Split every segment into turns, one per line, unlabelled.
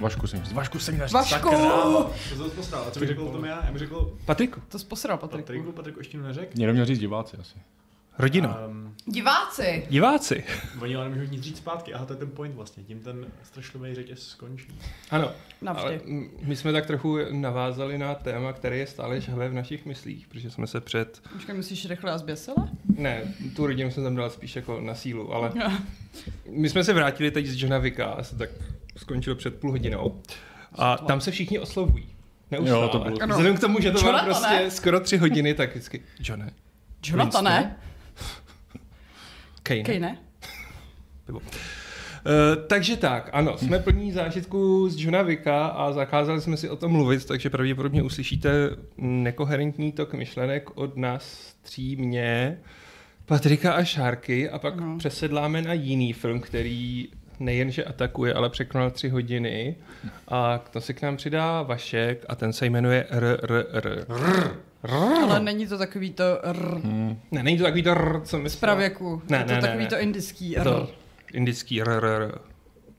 Vašku jsem jistý. Vašku jsem jistý.
Vašku!
To jsem posral. A co bych řekl o tom já? Já bych řekl
Patriku.
To jsi posral, Patrik.
Patriku, Patriku ještě neřekl.
Někdo měl říct diváci asi.
Rodina.
Um,
Diváci!
Diváci.
oni ale nemůžou nic říct zpátky. Aha, to je ten point vlastně. Tím ten strašlivý řetěz skončí.
Ano, ale
Navždy.
m- my jsme tak trochu navázali na téma, které je stále žhavé v našich myslích, protože jsme se před...
Počkej, myslíš rychle a zběsile?
Ne, tu rodinu jsem tam dal spíš jako na sílu, ale my jsme se vrátili teď z Johna Vika, asi tak skončilo před půl hodinou. A tam se všichi oslovují. Neustále.
Jo, to bylo-
Ano.
Vzhledem k tomu, že to má
Jonathane.
prostě skoro tři hodiny, tak vždycky... Johne,
Jonathane?
Kane.
Kej ne?
Eh, takže tak, ano, jsme plní zážitku z Johna Vika a zakázali jsme si o tom mluvit, takže pravděpodobně uslyšíte nekoherentní tok myšlenek od nás tří mě, Patrika a Šárky a pak
No.
no. přesedláme na jiný film, který nejenže atakuje, ale překonal tři hodiny a to se k nám přidá Vašek a ten se jmenuje RRR.
Ale není to takový to r
Ne, není to takový to rr, co my
z pravěku.
Ne,
je to
ne, ne,
takový
ne.
to indický
Je
r.
To indický RRR.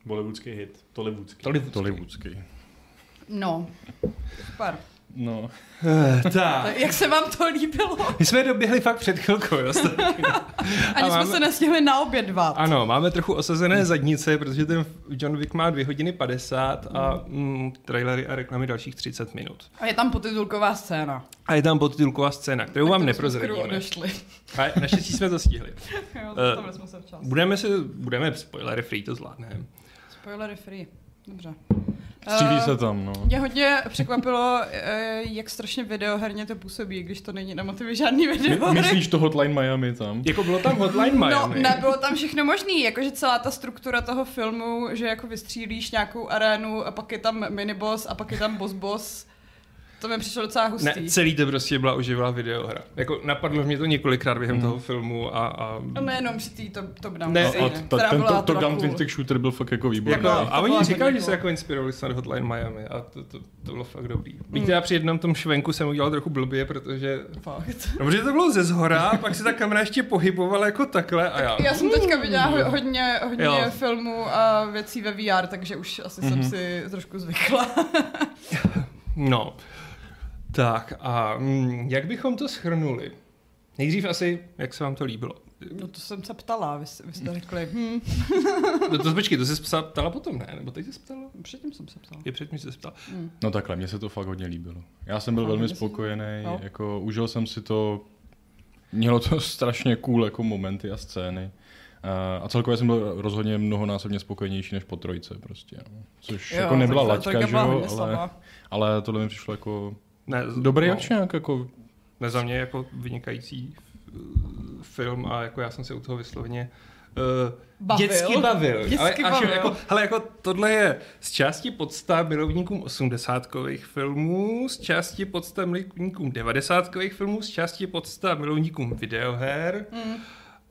Bollywoodský hit. Tollywoodský.
Tollywoodský.
No. Super.
No.
Eh, Tak.
Tak jak se vám to líbilo?
My jsme doběhli fakt před chvilkou, jo.
Ani
máme-
jsme se nestihli naobědvat.
Ano, máme trochu osazené zadnice, protože ten John Wick má 2 hodiny 50 a mm, trailery a reklamy dalších 30 minut.
A je tam potitulková scéna.
A je tam podtitulková scéna, kterou vám
Tak to jsme skoro
neprozradíme.
odešli.
A naštěstí jsme to stihli.
Jo,
Eh,
zastavili jsme se včas.
Budeme se, budeme spoilery free, to zvládneme.
Spoilery free. Dobře.
Střílí
Eh,
se tam, no.
Mě hodně překvapilo, eh, jak strašně videoherně to působí, když to není na motivě žádný
My,
videohry.
myslíš to Hotline Miami tam?
Jako bylo tam Hotline Miami.
No, nebylo tam všechno možný, jakože celá ta struktura toho filmu, že jako vystřílíš nějakou arénu a pak je tam miniboss a pak je tam boss boss, to mi přišlo docela
ne,
hustý.
celý to prostě byla uživlá videohra. Jako napadlo mě to několikrát během toho filmu a, a
a No, nejenom při té top, top down
Ne,
A,
ne,
a
scéně,
ta,
která
ten
byla
Top, top
teda
Gun
cool.
Twin Stick Shooter byl fakt jako
Jako,
výborný.
a
To byla
oni říkali,
hodně
že
cool.
se jako inspirovali snad Hotline Miami a to, to, to bylo fakt dobrý.
Hmm.
Víte, já při jednom tom švenku jsem udělal trochu blbě, protože...
Fakt.
No, protože to bylo ze zhora, a pak se ta kamera ještě pohybovala jako takhle a já...
Já jsem teďka viděla ho- hodně, hodně
Jo.
filmů a věcí ve VR, takže už asi jsem
Mhm.
si trošku zvykla.
No. Tak a mm, jak bychom to schrnuli? Nejdřív asi, jak se vám to líbilo.
No to jsem se ptala, vy, jste- vy jste řekli, hm,
No to počkej, to se psa- ptala potom, ne? Nebo teď se ptala?
předtím jsem se ptala. Hm.
Je předtím se ptala.
No takhle, mně se to fakt hodně líbilo. Já jsem byl
Fakt,
velmi
No, myslím. no.
spokojený,
Jo.
jako užil jsem si to, mělo to strašně cool jako momenty a scény. Eh, A- A celkově jsem byl rozhodně mnohonásobně spokojenější než po trojce prostě. No. Což jo, jako nebyla laťka, že jo, ale, ale tohle mi přišlo jako
Ne,
dobrý
no.
akčňák, jako
Ne, za mě jako vynikající eh, film a jako já jsem se u toho vysloveně uh,
Bavil.
dětsky bavil.
Dětsky
ale, až
bavil.
Jako, hele, jako tohle je z části podsta milovníkům osmdesátkových filmů, z části podsta milovníkům devadesátkových filmů, z části podsta milovníkům videoher
Mm.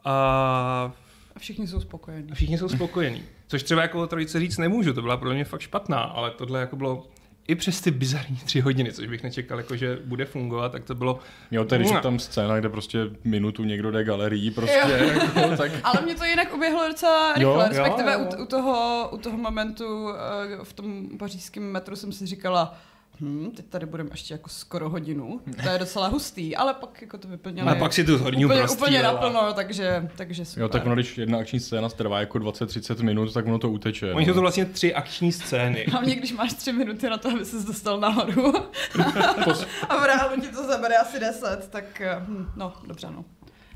a
A všichni jsou spokojení.
všichni jsou spokojení. Což třeba jako o trojice říct nemůžu, to byla pro mě fakt špatná, ale tohle jako bylo i přes ty bizarní tři hodiny, což bych nečekal, jako že bude fungovat, tak to bylo
Měl tady
Mua.
je tam scéna, kde prostě minutu někdo jde galerii prostě, jako, tak
Ale mě to jinak uběhlo docela rychle,
Jo,
jo,
jo,
respektive
jo.
U, u, toho, u toho momentu eh, v tom pařížském metru jsem si říkala, hm, teď tady budeme ještě jako skoro hodinu, to je docela hustý, ale pak jako to vyplnilo.
A pak si tu horní
úplně,
prostí,
úplně
jo.
naplno, takže, takže super.
Jo, tak no. ono, když jedna akční scéna trvá jako 20-30 minut, tak ono to uteče.
Oni
no.
jsou to vlastně tři akční scény.
Hlavně, když máš tři minuty na to, aby ses dostal nahoru a v reálu ti to zabere asi deset, tak eh, hm, no, dobře, no.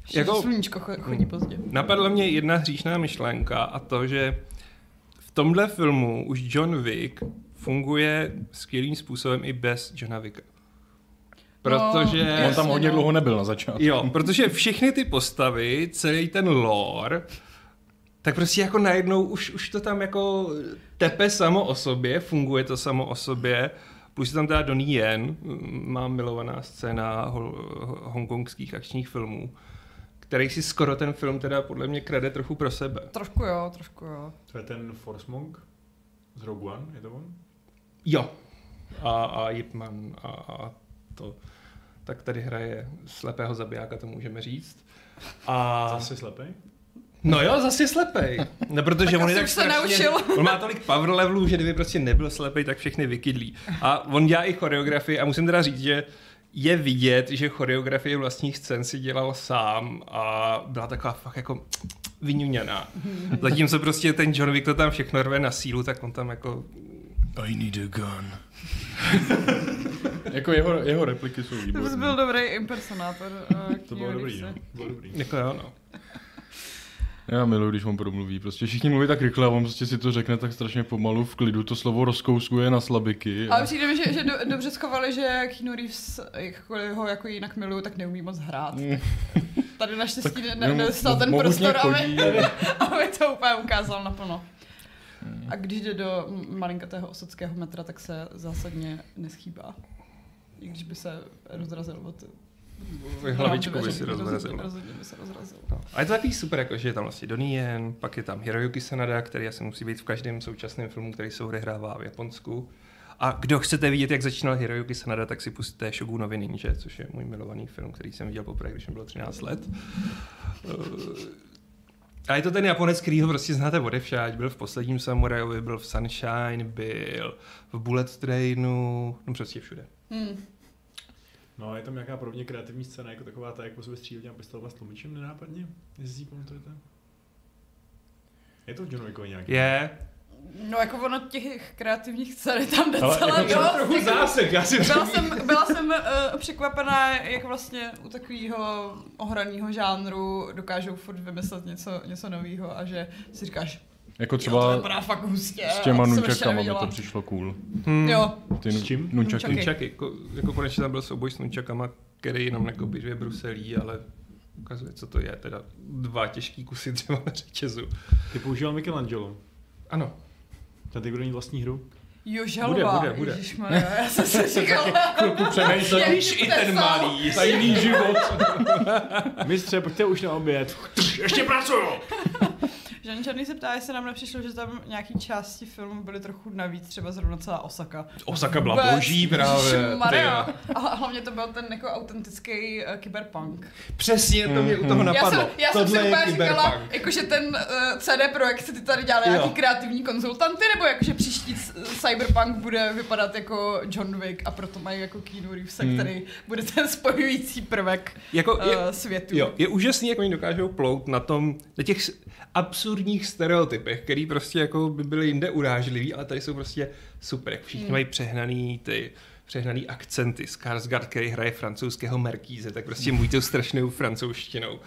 Ještě
Jako-
jako... sluníčko cho- chodí pozdě.
Napadla mě jedna hříšná myšlenka a to, že v tomhle filmu už John Wick funguje skvělým způsobem i bez Johna Wicka. Protože...
No,
On tam
Jasně,
hodně
no.
dlouho nebyl na začátku.
Jo, protože všechny ty postavy, celý ten lore, tak prostě jako najednou už, už to tam jako tepe samo o sobě, funguje to samo o sobě, plus je tam teda Donnie Yen, mm, má milovaná scéna hol, hongkongských akčních filmů, který si skoro ten film teda podle mě krade trochu pro sebe.
Trošku jo, trošku jo.
To je ten Force Monk z Rogue One, je to on?
Jo. A, a Jipman a, a to. Tak tady hraje slepého zabijáka, to můžeme říct. A
Zase slepej?
No jo, zase je slepej. No, protože
Tak
on
asi
je tak
už se
strašně,
naučil.
On má tolik power levelů, že kdyby prostě nebyl slepej, tak všechny vykydlí. A on dělá i choreografii a musím teda říct, že je vidět, že choreografii vlastních scén si dělal sám a byla taková fakt jako vyňuňaná. Zatímco prostě ten John Wick to tam všechno rve na sílu, tak on tam jako...
I need a gun. jako jeho, jeho repliky jsou
To bys
výborné.
byl dobrý impersonátor. eh,
To bylo
Keanu
dobrý,
Reevese.
no. Bylo dobrý.
Jako jo, no.
Já miluji, když on promluví. Prostě všichni mluví tak rychle a on prostě si to řekne tak strašně pomalu, v klidu. To slovo rozkouskuje na slabiky.
Ale přijde mi, že, že do, dobře schovali, že Keanu Reeves, jakkoliv ho jako jinak miluju, tak neumí moc hrát.
Mm.
Tady naštěstí ne, ne, nedostal ten prostor, aby,
Jako
aby to úplně ukázal naplno.
Mm.
A když jde do m- malinkatého osockého metra, tak se zásadně neschýbá. I když by se rozrazil od... No,
Hlavičku by si
Rozhodně-
rozrazil.
Rozhodně by se rozrazil.
No. A je to takový super, jako, že je tam vlastně Donnie Yen, pak je tam Hiroyuki Sanada, který asi musí být v každém současném filmu, který se odehrává v Japonsku. A kdo chcete vidět, jak začínal Hiroyuki Sanada, tak si pustíte Shogunovi Ninja, což je můj milovaný film, který jsem viděl poprvé, když mi bylo 13 let. Eh, A je to ten Japonec, který ho prostě znáte odevšať. Byl v posledním Samurajovi, byl v Sunshine, byl v Bullet Trainu, no prostě všude.
Hmm.
No, je tam nějaká podobně kreativní scéna, jako taková ta, jak po sobě střílí a pistolova s tlumičem nenápadně, jestli si ji pamatujete. Je to v John Wickovi nějaký?
Je,
No jako ono těch kreativních scén je tam
Ale
docela
jako
dost.
třeba trochu zásek, já si
Byla jsem, byla jsem uh, překvapená, jak vlastně u takového ohraného žánru dokážou furt vymyslet něco, něco nového a že si říkáš,
Jako
třeba jo, to
třeba
vypadá fakt hustě.
s těma
to jsem ještě
nunčakama mi to
neviděla.
přišlo cool.
Hmm.
Jo,
Ty
S čím?
Nunčaky.
Nunčaky.
Nunčaky, jako, jako konečně tam byl souboj s nunčakama, který jenom nekopí dvě bruselí, ale ukazuje, co to je, teda dva těžký kusy dřeva na řetězu.
Ty používal Michelangelo.
Ano,
Ten ty bude mít vlastní hru.
jo, žalva.
Bude, bude, bude.
Ježišmarja, já jsem si říkala,
Chvilku přemýšlel.
Jak Víš, i ten tesal. malý
Tajný život.
Mistře, pojďte už na oběd. Ještě pracuju!
Žan Černý se ptá, jestli nám nepřišlo, že tam nějaký části filmu byly trochu navíc, třeba zrovna celá Osaka.
Osaka byla boží právě.
Maria.
Ty jo.
A hlavně to byl ten jako autentický uh, cyberpunk.
Přesně, to mě u toho
Mm-hmm. Já
napadlo.
jsem, já jsem si
Tohle je
úplně říkala,
kyberpunk.
jakože ten uh, CD Projekt ty tady dělali
Jo.
nějaký kreativní konzultanty, nebo jakože příští c- Cyberpunk bude vypadat jako John Wick a proto mají jako Keanu Reevese,
Hmm.
který bude ten spojující prvek
Jako, je,
uh, světu.
Jo, je úžasný, jak oni dokážou plout na tom, na těch s- absurdních stereotypech, který prostě jako by byly jinde urážlivý, ale tady jsou prostě super, jak všichni mají přehnaný ty přehnaný akcenty. Skarsgård, který hraje francouzského Merkíze, tak prostě mluví tou strašnou francouzštinou.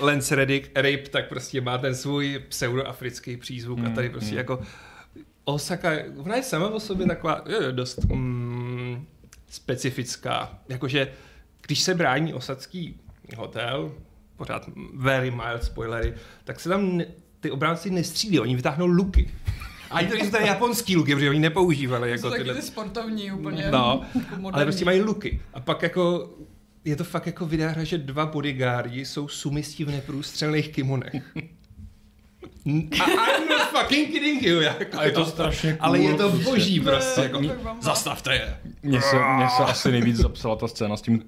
Lance Reddick, Rape, tak prostě má ten svůj pseudoafrický přízvuk a
Mm,
tady prostě jako Osaka, ona je sama o sobě taková jo, jo, dost mm, specifická. Jakože, když se brání osadský hotel, pořád very mild spoilery, tak se tam ne, ty obránci nestřílí, oni vytáhnou luky. A ani to nejsou tady japonský luky, protože oni nepoužívali
jako
jako
jsou taky
tyhle.
ty sportovní úplně.
No,
jako
ale
moderní.
prostě mají luky. A pak jako je to fakt jako videohra, že dva bodyguardi jsou sumisti v neprůstřelných kimonech. N- A I'm not fucking kidding you. Jako,
A je to
jo.
strašně cool,
Ale je to
prostě.
boží prostě.
Ne,
Jako,
to tak vám-
zastavte je.
Mně se, mně se asi nejvíc zapsala ta scéna s tím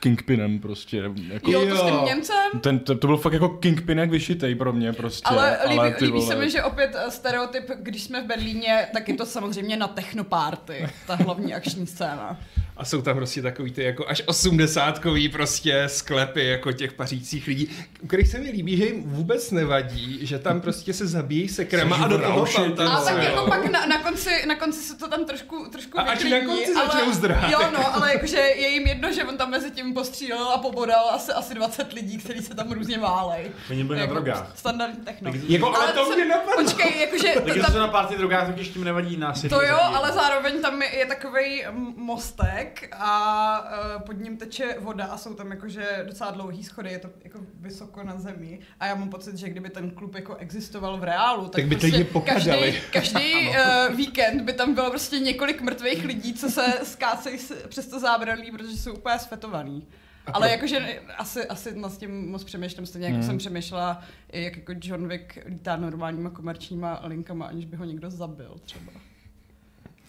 Kingpinem prostě. Jako,
Jo, to s tím
Jo.
Němcem.
ten, to, to byl fakt jako Kingpin jak vyšitej pro mě prostě.
Ale líbí,
ty
líbí se
vole.
mi, že opět eh, stereotyp, když jsme v Berlíně, tak je to samozřejmě na technopárty, ta hlavní akční scéna.
A jsou tam prostě takový ty jako až osmdesátkový prostě sklepy jako těch pařících lidí, u kterých se mi líbí, že jim vůbec nevadí, že tam prostě se zabíjí se krema a do toho
Rauši, ty
A
vole.
tak
fantazie.
jako pak na, na, konci, na konci se to tam trošku, trošku
A až
vyklidní,
na konci jako.
ale,
začnou zdrhat.
Jo, no, ale jakože je jim jedno, že on tam mezi tím postřílel a pobodal asi, asi 20 lidí, kteří se tam různě válej.
Oni byli na
Jako
drogách.
Standardní techno.
Tak-
Jako, ale, to
se-
mě napadlo.
Počkej, jakože
Tak
to
jestli
tam,
jsou na party drogách, tak tím nevadí násilí.
To jo, ale zároveň tam je, je takový mostek a uh, pod ním teče voda a jsou tam jakože docela dlouhý schody, je to jako vysoko na zemi a já mám pocit, že kdyby ten klub jako existoval v reálu, tak,
Tak by ty
prostě
lidi pokadali.
Každý, každý uh, víkend by tam bylo prostě několik mrtvých lidí, co se skácejí s- přes to zábradlí, protože jsou úplně svetovaný. Ale jakože asi, asi nad tím moc přemýšlím, stejně jako
Hmm.
jsem přemýšlela, jak jako John Wick lítá normálníma komerčníma linkama, aniž by ho někdo zabil třeba.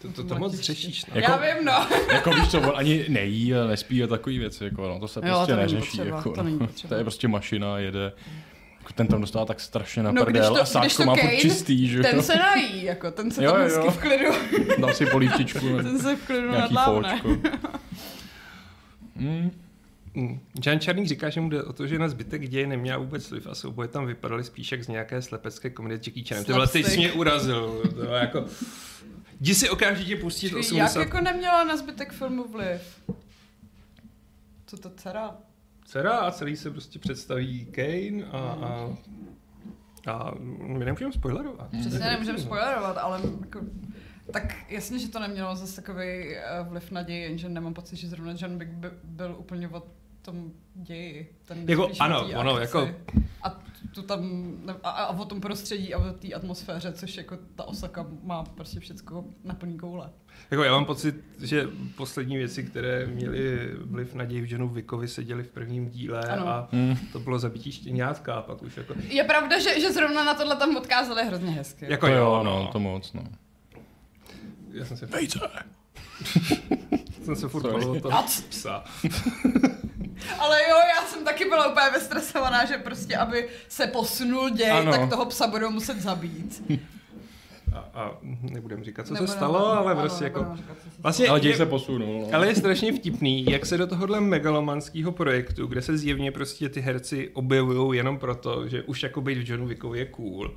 To, to, to moc řešíš. No.
Jako-
Já vím, no.
Jako víš co, on ani nejí, a nespí a takový věci, jako no, to se
Jo,
prostě
to není
neřeší.
potřeba,
jako,
to není
no.
potřeba.
to je prostě mašina, jede. ten tam dostává tak strašně
No,
na prdel a sáčko má furt čistý, že
Ten se nají, jako, ten se
Jo,
tam
jo.
hezky v klidu,
Dám si polívčičku,
ten se v klidu
nějaký
nadlávne.
fóčko. Mm,
Mm. Jan Černý říká, že mu jde o to, že na zbytek děje neměla vůbec vliv a souboje tam vypadaly spíš jak z nějaké slepecké komedie s Jackie Chanem. Tyhle teď
Slapstick.
jsi mě urazil. To je jako... Jdi si okamžitě pustit
Jak
80.
jako neměla na zbytek filmu vliv? Co to dcera?
Dcera a celý se prostě představí Kane a... a... A my nemůžeme spoilerovat.
Hmm. Přesně nemůžeme spoilerovat, ale jako, tak jasně, že to nemělo zase takový eh, vliv na ději, jenže nemám pocit, že zrovna John Wick by, byl úplně o tom ději. Ten byl
Jako
spíš o
ano,
té
ono,
akci.
jako-
A tu tam, a, a o tom prostředí a o té atmosféře, což jako ta Osaka má prostě všecko na plný koule.
Jako já mám pocit, že poslední věci, které měly vliv na děj v Johnu Wickovi, se děly v prvním díle
Ano.
a
mm.
to bylo zabití štěňátka a pak už jako...
Je pravda, že, že zrovna na tohle tam odkázali hrozně hezky.
jako
To jo, no, to moc, no.
Já jsem se,
Vejce!
jsem se furt
Sorry.
bavil toho
Ac.
psa.
Ale jo, já jsem taky byla úplně vystresovaná, že prostě, aby se posunul děj,
Ano.
ano. tak toho psa budou muset zabít.
A, a nebudem říkat, co
Nebudeme-
se stalo, ale
ano,
prostě
nebudeme
jako...
říkat, co se stalo.
Vlastně
Ale děj
je,
se posunul. No.
ale je strašně vtipný, jak se do tohohle megalomanského projektu, kde se zjevně prostě ty herci objevují jenom proto, že už jako být v Johnu Wickovi je cool,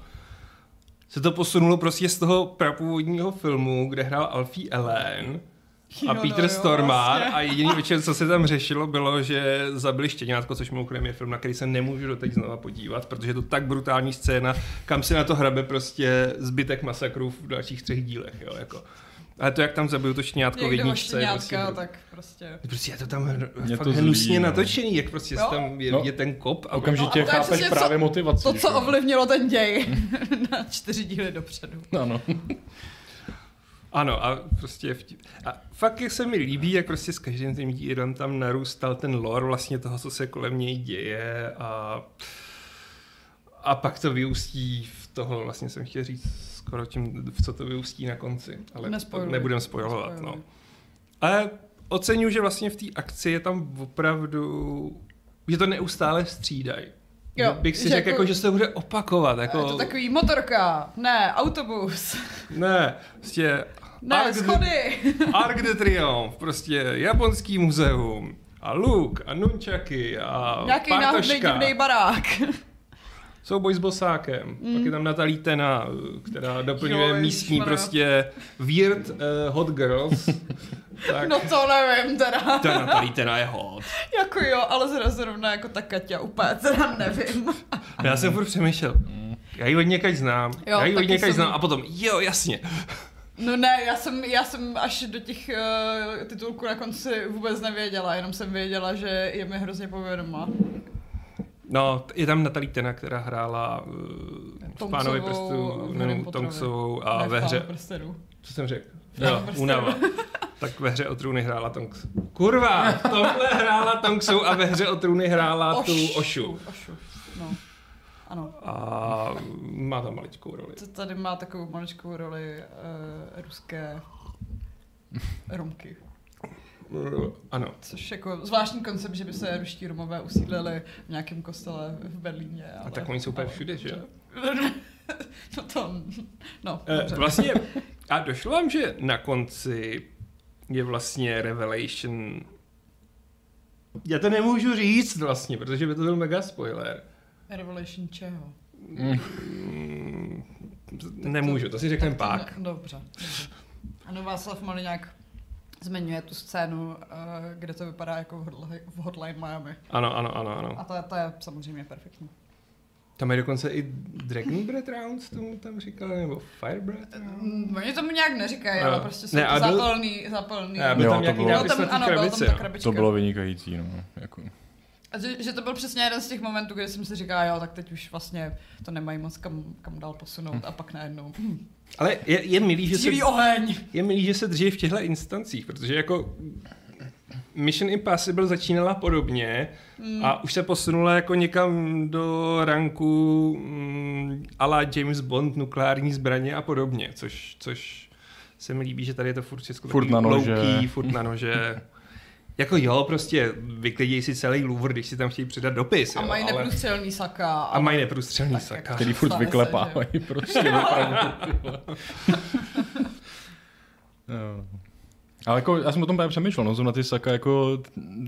se to posunulo prostě z toho prapůvodního filmu, kde hrál Alfie Ellen a
Jo,
Peter
no jo,
Stormare
vlastně.
a jediný večer, co se tam řešilo, bylo, že zabili štěňátko, což mimochodem je film, na který se nemůžu doteď znova podívat, protože je to tak brutální scéna, kam si na to hrabe prostě zbytek masakrů v dalších třech dílech, jo, jako. Ale to, jak tam zabiju to štěňátko v
Někdo má
jedničce, je prostě
štěňátka,
brutální.
tak prostě.
Prostě je to tam hr-
Mě
fakt
to
to
zlí,
hnusně
no.
natočený, jak prostě
Jo.
tam je,
No.
je ten kop.
No
A
a to
Okamžitě
je
chápeš
přesně, co-
právě motivaci. jako.
To, co
že?
ovlivnilo ten děj na čtyři díly dopředu.
Ano.
Ano, a prostě je vtip. A fakt, jak se mi líbí, jak prostě s každým tím dílem tam narůstal ten lore vlastně toho, co se kolem něj děje a, a pak to vyústí v toho, vlastně jsem chtěl říct skoro tím, v co to vyústí na konci, ale
Nespoiluj.
nebudem spojovat. No.
Nespoiluj.
Ale oceňuji, že vlastně v té akci je tam opravdu, že to neustále střídají.
Jo,
bych si
že
řekl, jako,
jako-
že se to bude opakovat.
Jako...
Jako,
Je to takový motorka, ne, autobus,
Ne, prostě...
ne,
Arc de-
schody.
Arc de Triomphe, prostě japonský muzeum. A luk, a nunčaky, a
Nějaký náhodný
partaška,
divný barák.
souboj s bosákem. Mm. Pak je tam Natalí Tena, která doplňuje
Jo,
místní
ježišmarja.
prostě weird uh, hot girls. tak,
No to nevím teda.
Ta Natalí Tena je hot.
Jako jo, ale zra- zrovna jako ta Katia, úplně teda nevím.
Já jsem furt přemýšlel. Já ji od někaď znám,
Jo,
já ji od
taky
někaď
jsem-
znám a potom, jo, jasně.
No ne, já jsem, já jsem až do těch uh, titulků na konci vůbec nevěděla, jenom jsem věděla, že je mi hrozně povědomá.
No, t- je tam Natalí Tena, která hrála uh, v
Thompsonovou
Pánovi
a v
prstu,
Harrym
Nenu
Potterovi.
Thompsovou a
Ne,
ve
v
hře,
Pánu prstenů.
co jsem řekl?
Pánu
Jo,
prstenů.
Unava. Tak ve hře o trůny hrála Tonks. Kurva, v tomhle hrála Tonksou a ve hře o trůny hrála tu Ošu.
Ošu, no. Ano.
A má tam maličkou roli.
To tady má takovou maličkou roli uh, ruské Romky.
Ano.
Což jako zvláštní koncept, že by se ruští Romové usídlili v nějakém kostele v Berlíně. Ale...
A tak oni jsou úplně všude, že?
No to, no,
Eh,
dobře.
Vlastně, a došlo vám, že na konci je vlastně Revelation... Já to nemůžu říct vlastně, protože by to byl mega spoiler.
Revelation čeho?
Mm, Nemůžu, to si řekneme
Tak to
pak.
Ne, No, dobře. dobře. Ano, Václav Maliňák zmiňuje tu scénu, eh, kde to vypadá jako v Hotli- v Hotline Miami.
Ano, ano, ano, ano.
A to, je- to je samozřejmě perfektní.
Tam je dokonce i Dragon Breath Rounds, tomu tam říkali, nebo Fire Breath Rounds.
Mm, Oni tomu nějak neříkají,
Jo.
ale prostě jsou
No. Ne,
to
a byl-
zápalný, zápalný.
Ne,
Jo,
byl tam
to
nějaký
bylo.
nápis
Byl
na
No, tam,
té
ano, byla tam
krabici,
ta
jo.
krabička.
To bylo vynikající, no. Jako.
A že, že, to byl přesně jeden z těch momentů, kdy jsem si říkala, jo, tak teď už vlastně to nemají moc kam, kam dál posunout a pak najednou hm,
Ale je, je milý, že se,
živý oheň.
je milý, že se dřív v těchto instancích, protože jako Mission Impossible začínala podobně
Hmm.
a už se posunula jako někam do ranku mm, a la James Bond, nukleární zbraně a podobně, což, což se mi líbí, že tady je to furt všechno
Furt
takový
na nože.
low-key, furt na nože. Jako jo, prostě vyklidějí si celý Louvre, když si tam chtějí přidat dopis.
A
jo,
mají
ale...
neprůstřelný saka.
A mají neprůstřelný
Tak
saka.
jako-
který furt
Stane se,
vyklepávají prostě. opravdu, ty vole. Jo. Ale jako, já jsem o tom právě přemýšlel, no, zrovna ty saka, jako,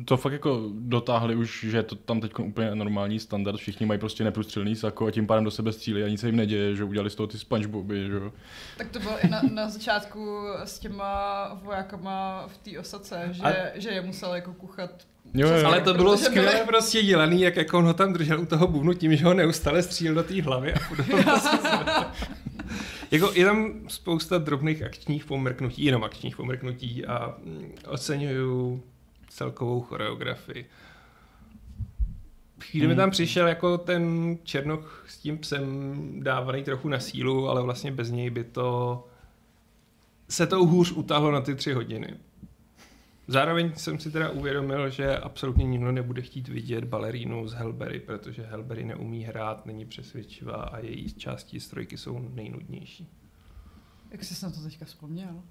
to fakt jako dotáhli už, že je to tam teď úplně normální standard, všichni mají prostě neprůstřelný sako a tím pádem do sebe střílí a nic se jim neděje, že udělali z toho ty spongebobby, že jo.
Tak to bylo i na, na začátku s těma vojákama v té osace, že,
A-
že je musel jako kuchat.
Jo, jo, jo.
Ale to bylo
Protože byly-
skvěle prostě dělaný, jak jako on ho tam držel u toho bubnu tím, že ho neustále střílel do té hlavy a furt ho prostě zvedal. Jako je tam spousta drobných akčních pomrknutí, jenom akčních pomrknutí a mm, oceňuju celkovou choreografii. V chvíli mi tam přišel jako ten Černoch s tím psem dávaný trochu na sílu, ale vlastně bez něj by to se to hůř utáhlo na ty tři hodiny. Zároveň jsem si teda uvědomil, že absolutně nikdo nebude chtít vidět balerínu z Helbery, protože Helbery neumí hrát, není přesvědčivá a její části strojky jsou nejnudnější.
Jak jsi na to teďka vzpomněl?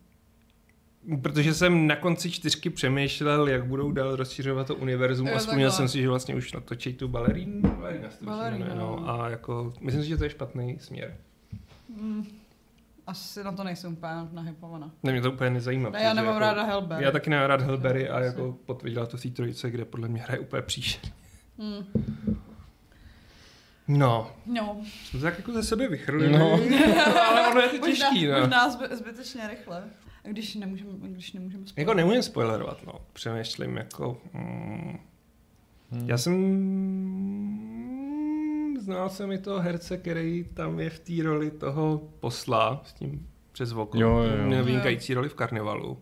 Protože jsem na konci čtyřky přemýšlel, jak budou dál rozšiřovat to univerzum
Jo,
a
takhle.
vzpomněl jsem si, že vlastně už natočí tu balerínu. Balerina se to
Balerina,
jmenuje, no.
no.
A jako, myslím si, že to je špatný směr. Hmm.
Mm, asi na to nejsem úplně nahypovaná.
Ne, mě to úplně nezajímá.
Ne, já
No, protože
nemám
jako,
ráda Helber.
Já taky nemám rád Helbery a
Asi.
jako potvrdila to v té trojice, kde podle mě hraje úplně příště.
Mm,
No,
no,
Jsme tak jako ze sebe vychrlili.
No.
ale ono je to těžký,
možná,
no.
možná zby, zbytečně rychle. Když nemůžeme, když nemůžeme spolu.
Jako neumím spoilerovat, no. Přemýšlím, jako... Mm. Já jsem... mm, Znal jsem i toho herce, který tam je v té roli toho posla s tím přes oko.
Jo, jo, jo.
Vynikající roli v karnevalu.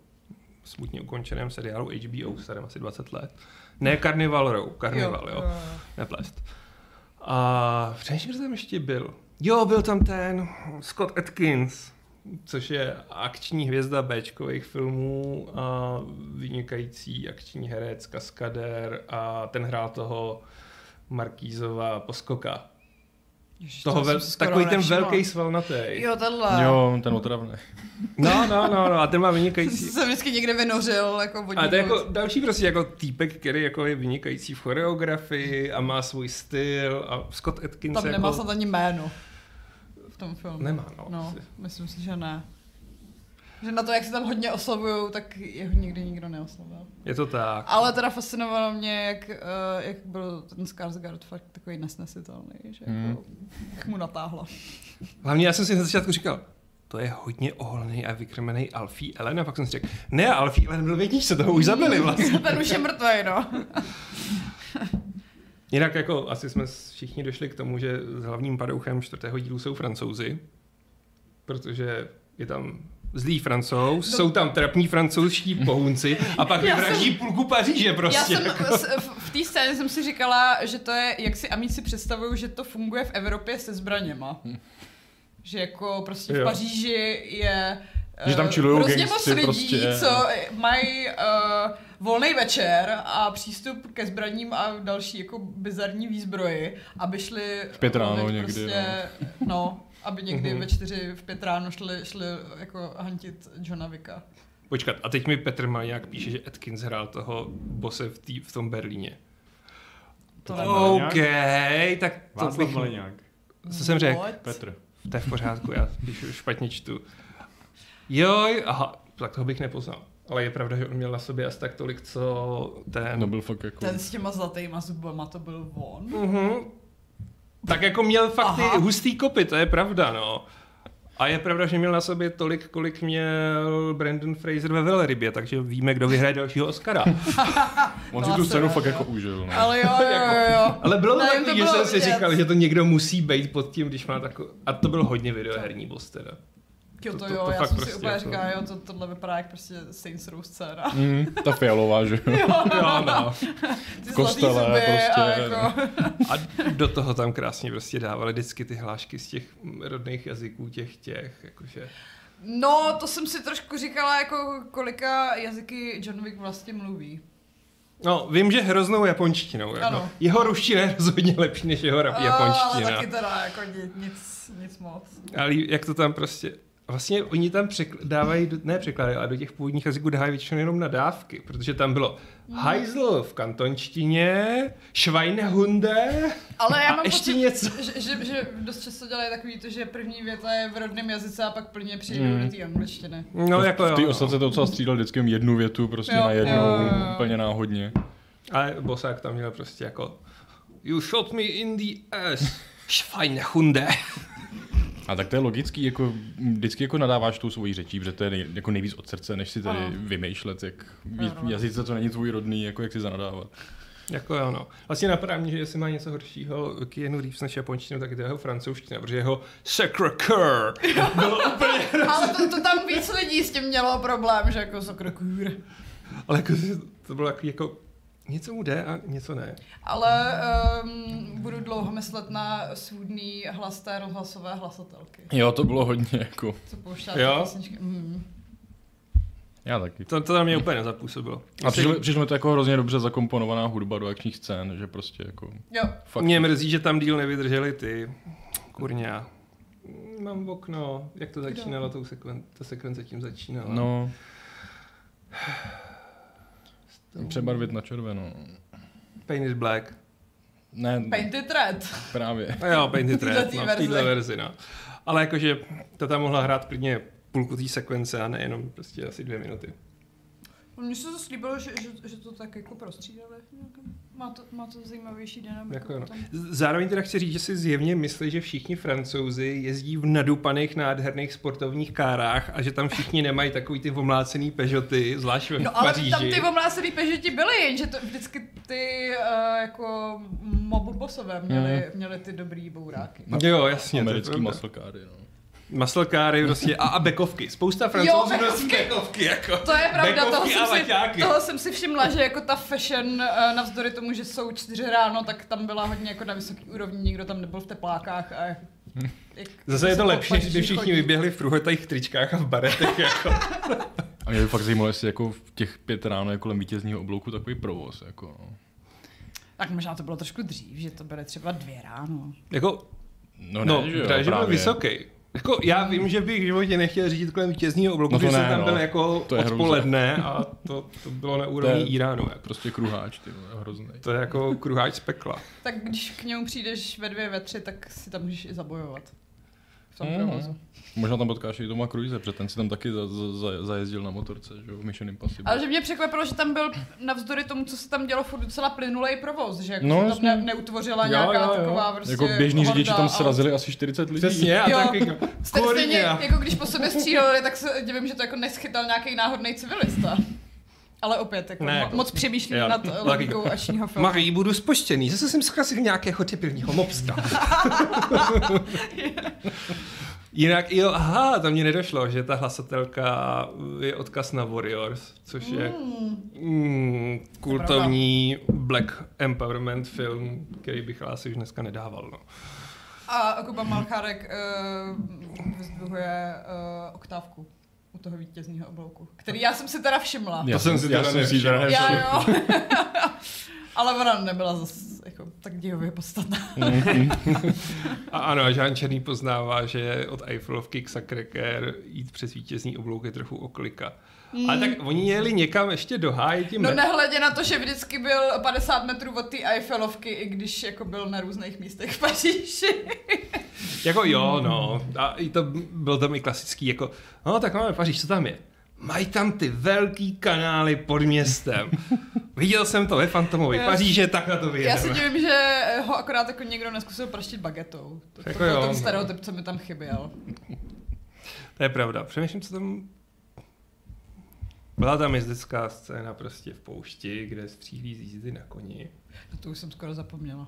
Smutně ukončeném seriálu HBO, starém asi 20 let. Ne Karneval Row, Karneval, jo. jo. Neplést. A přemýšlím, že tam ještě byl. Jo, byl tam ten Scott Atkins, což je akční hvězda Bčkových filmů a vynikající akční herec, kaskader a ten hrál toho Markízova poskoka.
Ježiš,
Toho
jsem
vel,
si skoro
takový ten
nevšimla.
velký svalnatý.
Jo, tenhle.
Hmm. Jo, ten otravný.
No, no, no, no, a ten má
Jsem
vynikající...
se vždycky někde vynořil, jako vodní
A to je jako
kout.
další prostě jako týpek, který jako je vynikající v choreografii a má svůj styl a Scott Atkins
Tam
jako...
nemá snad ani jméno v tom filmu.
Nemá, no.
No, myslím si, že ne. Že na to, jak se tam hodně oslavujou, tak jeho nikdy nikdo neoslavil.
Je to tak.
Ale teda fascinovalo mě, jak, eh, jak byl ten Skarsgård fakt takový nesnesitelný, že
Hmm.
jako, jak mu natáhla.
Hlavně já jsem si na začátku říkal, to je hodně oholený a vykrmený Alfie Ellen a pak jsem si řekl, ne, Alfie Ellen byl větší, se toho už zabili vlastně.
ten už je mrtvý, no.
Jinak jako asi jsme všichni došli k tomu, že s hlavním padouchem čtvrtého dílu jsou francouzi, protože je tam zlý francouz,
No.
jsou tam trapní francouzští pohunci a pak
Já
vyvraždí půlku Paříže
Já
prostě.
jsem s- v- v té scéně jsem si říkala, že to je, jak si Amíci představují, že to funguje v Evropě se zbraněma. Že jako prostě v
Jo.
Paříži je
Že tam
eh,
chillujou
hrozně moc
gangstři
lidí,
prostě.
co mají uh, volný večer a přístup ke zbraním a další jako bizarní výzbroji, aby šli
V pět ráno
volit
někdy,
no. no. aby někdy
Mhm.
ve čtyři, v pět ráno šli, šli jako hantit Johna Vicka.
Počkat, a teď mi Petr Maliák píše, že Atkins hrál toho bose v, tý, v tom Berlíně.
To
Maliňák?
OK, tak to
Václav
bych...
Maliňák.
Co jsem řekl?
What?
Petr.
To je v pořádku, já spíš špatně čtu. Joj, aha, tak toho bych nepoznal. Ale je pravda, že on měl na sobě asi tak tolik, co ten...
No byl fakt jako...
Ten s těma zlatýma zubama, to byl on.
Mhm. Tak jako měl fakt ty
Aha.
hustý kopy, to je pravda, no. A je pravda, že měl na sobě tolik, kolik měl Brandon Fraser ve Velerybě, takže víme, kdo vyhraje dalšího Oscara.
On si tu
Vlastně,
scénu fakt
jo.
jako užil, no.
Ale jo, jo, jo, jo.
Ale bylo to
Nevím,
takový,
to
že
bylo
jsem si
vidět.
říkal, že to někdo musí být pod tím, když má takový... A to byl hodně videoherní boss teda.
Jo,
to-
to,
to-
jo,
to
já
fakt
jsem si
prostě
úplně
jako-
říkala, jo, to, tohle vypadá jak prostě Saints Row scéna.
Mm, ta fialová, že jo.
Jo, no.
Ty
kostele
zlatý zuby
prostě,
a jako...
A do toho tam krásně prostě dávali vždycky ty hlášky z těch rodných jazyků, těch těch, jakože.
No, to jsem si trošku říkala, jako kolika jazyky John Wick vlastně mluví.
No, vím, že hroznou japonštinou. Jako.
Ano.
Jeho ruština je rozhodně lepší než jeho rap
A, Ale
japonština.
taky teda, jako ni- nic, nic moc.
Ale jak to tam prostě... vlastně oni tam překl- dávají, do, ne překládají, ale do těch původních jazyků dávají většinou jenom nadávky, protože tam bylo hajzl v kantonštině, švajnehunde
Ale já
a
mám
ještě
pocit,
něco.
Že, že, že dost často dělají takový to, že první věta je v rodném jazyce a pak plně přijdou mm. do té angličtiny.
No, jako
v té
jo, no.
ostatce to docela střídal vždycky jen jednu větu, prostě
Jo,
na najednou,
jo, jo, jo.
úplně náhodně.
Ale Bosák tam měl prostě jako You shot me in the ass, švajnehunde.
A tak to je logický, jako vždycky jako nadáváš tou svojí řečí, protože to je nej, jako nejvíc od srdce, než si tady
Ano.
vymýšlet, jak v
Ano.
jazyce, co není tvůj rodný, jako jak si zanadávat.
Jako jo, no. Vlastně napadá mě, že jestli má něco horšího Keanu Reeves než japonštinu, tak je to jeho francouzština, protože jeho sacre coeur bylo úplně
Ale to, to tam víc lidí s tím mělo problém, že jako sokrokůr.
Ale jako, to bylo takový jako, něco mu jde a něco ne.
Ale um, budu dlouho myslet na svůdný hlas té rozhlasové hlasatelky,
Jo, to bylo hodně, jako.
co pouštěla
Jo?
ty písničky. Mm.
Já taky.
To, to na mě úplně nezapůsobilo.
A přišlo, přišlo mi to jako hrozně dobře zakomponovaná hudba do akčních scén, že prostě jako
Jo,
fakt
Mě mrzí, že tam díl nevydrželi ty. Kurňa. Mám v okno. Jak to začínalo, tou sekven, ta sekvence tím začínala.
No,
To-
přebarvit No. na červeno.
Paint is black.
Ne,
Painted Red.
právě.
No jo, Paint it red,
Této
no, v
verzi.
této verzi, no. Ale jakože ta tam mohla hrát klidně půlku té sekvence a nejenom prostě asi dvě minuty.
Mně se to slíbilo, že, že, že to tak jako prostřídali. Má to, má to zajímavější dynamiku.
Jako jo, no.
potom.
Z- Zároveň teda chci říct, že si zjevně myslí, že všichni francouzi jezdí v nadupaných nádherných sportovních kárách a že tam všichni nemají takový ty omlácený Peugeoty, zvlášť ve
No ale
Paříži.
tam ty omlácený pežeti byly, jenže to vždycky ty uh, jako mobobosové
Mhm.
měli, měli ty dobrý bouráky.
Jo, jasně. to je
Americký
pravda.
maslkáry, no.
Maslkáry prostě a, a bekovky. Spousta francouzů
Jo,
nosí
bekovky.
bekovky. Jako.
To je pravda,
bekovky
toho
a
jsem, si,
vaťáky.
toho jsem si všimla, že jako ta fashion, eh, navzdory tomu, že jsou čtyři ráno, tak tam byla hodně jako na vysoký úrovni, nikdo tam nebyl v teplákách a jak, jak
Zase je to
se po
lepší, než
Paříži
když všichni
chodí.
vyběhli v průhotajích tričkách a v baretech. Jako.
A mě by fakt zajímalo, jestli jako v těch pět ráno je kolem vítězního oblouku takový provoz, jako no.
Tak možná to bylo trošku dřív, že to byly třeba dvě ráno.
jako
No,
No,
že jo,
právě, že byl
právě.
vysoký. Jako já vím, že bych v životě nechtěl řídit kolem vítězního obloku,
No
no
to
že jsem
ne,
tam
no.
byl jako
To je hrůza.
odpoledne a to, to bylo na úrovni
To je-
Iránu. Jako.
Prostě kruháč, ty vole, hrozný.
To je jako kruháč z pekla.
Tak když k němu přijdeš ve dvě, ve tři, tak si tam můžeš i zabojovat. V tom
Mm.
provozu.
Možná tam potkáš i Toma Cruise, protože ten si tam taky za, za, za, zajezdil na motorce, že jo, v Mission Impossible.
Ale že mě překvapilo, že tam byl navzdory tomu, co se tam dělo, furt docela plynulej provoz, že jako
No,
no, tam
jasně.
ne, neutvořila
Jo,
nějaká
jo, jo.
taková prostě
Jako běžní
horda
řidiči tam
aut.
srazili asi 40 lidí.
Přesně, a jako
Jo.
taky
Ste- Stejně,
kurňa.
jako když po sobě stříleli, tak se divím, že to jako neschytal nějaký náhodný civilista. Ale opět, jako,
Ne,
ne,
jako-
jako moc přemýšlím
Jo.
nad
Tak-
eh, logikou ačního filmu.
Marie, budu spoštěný, zase jsem zkazil nějakého tepilního mobsta. Jinak jo, aha, to mě nedošlo, že ta hlasatelka je odkaz na Warriors, což je
Hmm.
mm, kultovní black empowerment film, který bych asi už dneska nedával. No.
A Kuba Malchárek uh, vyzdvihuje uh, oktávku u toho vítězního oblouku, který já jsem si teda všimla.
Já
To jsem si
já
teda
jsem si teda
nevšiml.
nevšiml.
Já jo. Ale ona nebyla zase jako, tak dějově podstatná.
A ano, a Žán Černý poznává, že od Eiffelovky k Sacré-Cœur jít přes vítězný oblouk je trochu oklika. Mm. Ale tak oni jeli někam ještě do háje tím
No
met-
nehledě na to, že vždycky byl 50 metrů od té Eiffelovky, i když jako byl na různých místech v Paříži.
Jako jo, no. A i to byl tam i klasický, jako, no tak máme Paříž, co tam je? Mají tam ty velký kanály pod městem. Viděl jsem to ve Fantomovi
Já-
Paříže, tak na to
Já se
vyjedeme.
divím, že ho akorát jako někdo neskusil praštit bagetou. To, to
Jako
byl
jo,
ten
no.
stereotyp, co mi tam chyběl.
To je pravda. Přemýšlím, co tam... Byla tam jezdecká scéna prostě v poušti, kde střílí z jízdy na koni.
No to už jsem skoro zapomněla.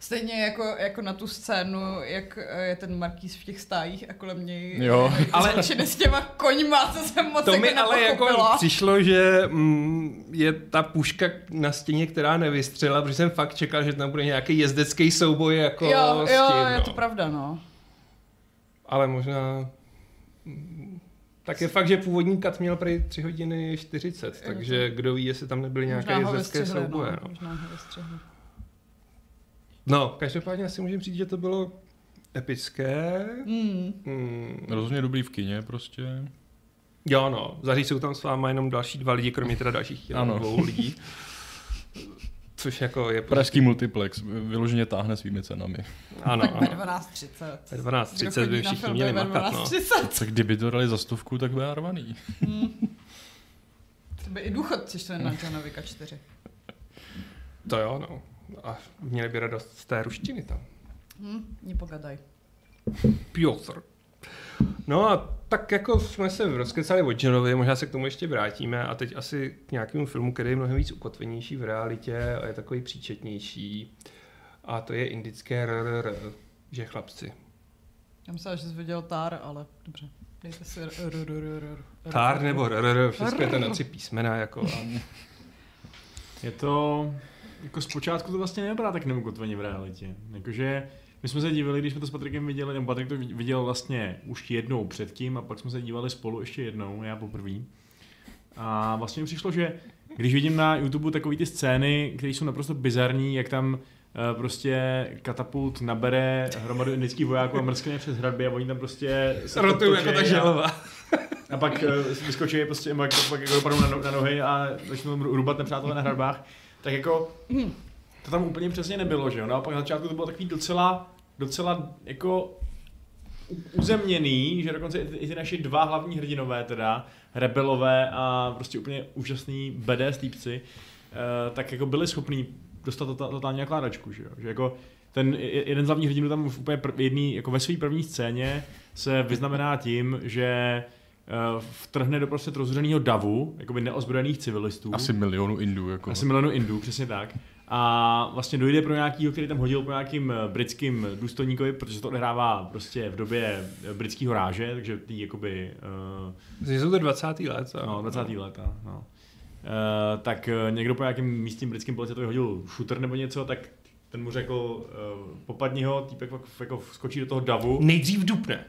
Stejně jako, jako na tu scénu, jak eh, je ten Markýz v těch stájích a kolem něj
Jo.
Ale-
ale s těma koňma, co jsem moc
To
jako
mi ale jako
nepochopila.
přišlo, že mm, je ta puška na stěně, která nevystřela, protože jsem fakt čekal, že tam bude nějaký jezdecký souboj jako
jo,
s tím,
jo,
no.
je to pravda, no.
Ale možná... mm, Tak je fakt, že původní kat měl prý 3 hodiny 40, takže kdo ví, jestli tam nebyly nějaké
Možná ho
jezdecké
vystřihli, no.
souboje. No.
Možná ho vystřihli.
no, každopádně asi můžeme říct, že to bylo epické.
Mm.
Mm.
Rozhodně dobrý v kině prostě.
Jo, no, zařízou tam s váma jenom další dva lidi, kromě teda dalších jenom
Ano.
dvou lidí. Což jako je...
Pražský multiplex vyloženě táhne svými cenami.
Ano,
Tak ve
ano.
12.30.
Ve
Kdo
12.30
chodí
by
na
všichni
filmy
měli
ve
makat, no.
12.30?
Tak kdyby to dali za stovku, tak byla rvaný.
Hmm. To by i důchodci šli na Johna Wicka 4.
To jo, no. A měli by radost z té ruštiny tam.
Hm, mě pogadaj.
Piotr. No a tak jako jsme se rozkecali o Jinovi, možná se k tomu ještě vrátíme a teď asi k nějakému filmu, který je mnohem víc ukotvenější v realitě a je takový příčetnější. A to je indické RRR, že chlapci.
Já myslela, že jsi viděl Tár, ale dobře. Dejte si r- r- r- r- r- r-
Tár nebo RRR, všechno je to na tři písmena jako. A
Je to, jako zpočátku to vlastně nevypadá tak neukotveně v realitě. Jakože my jsme se divili, když jsme to s Patrikem viděli, nebo Patrik to viděl vlastně už jednou předtím a pak jsme se dívali spolu ještě jednou, já poprvé. A vlastně mi přišlo, že když vidím na YouTube takové ty scény, které jsou naprosto bizarní, jak tam eh, prostě katapult nabere hromadu indických vojáků a mrskne je přes hradby a oni tam prostě se
rotuju
točej
jako ta
a-
želva.
a pak eh, vyskočí prostě, pak, pak jako dopadnou na, no- na nohy a začnou ru- rubat nepřátelé na hradbách. Tak jako, to tam úplně přesně nebylo, že jo? No a pak na začátku to bylo takový docela, docela jako u- uzemněný, že dokonce i ty, i ty naši dva hlavní hrdinové teda, rebelové a prostě úplně úžasný BD týpci, eh, tak jako byli schopní dostat tota- totálně na kládačku, že jo? Že jako ten je- jeden z hlavních hrdinů tam v úplně prv, jedný, jako ve své první scéně se vyznamená tím, že eh, vtrhne do prostě rozhořeného davu, jakoby neozbrojených civilistů.
Asi milionu Indů. Jako.
Asi milionu Indů, přesně tak. A vlastně dojde pro nějakýho, který tam hodil po nějakým eh, britským důstojníkovi, protože to odehrává prostě v době eh, britského ráže, takže tý jakoby eh,
Jsou to 20. let. a-
No, 20. leta, no. Uh, tak eh, někdo po nějakém místním britském policajtovi hodil šuter nebo něco, tak ten mu řekl, uh, popadni ho, týpek pak jako skočí do toho davu,
Nejdřív dupne.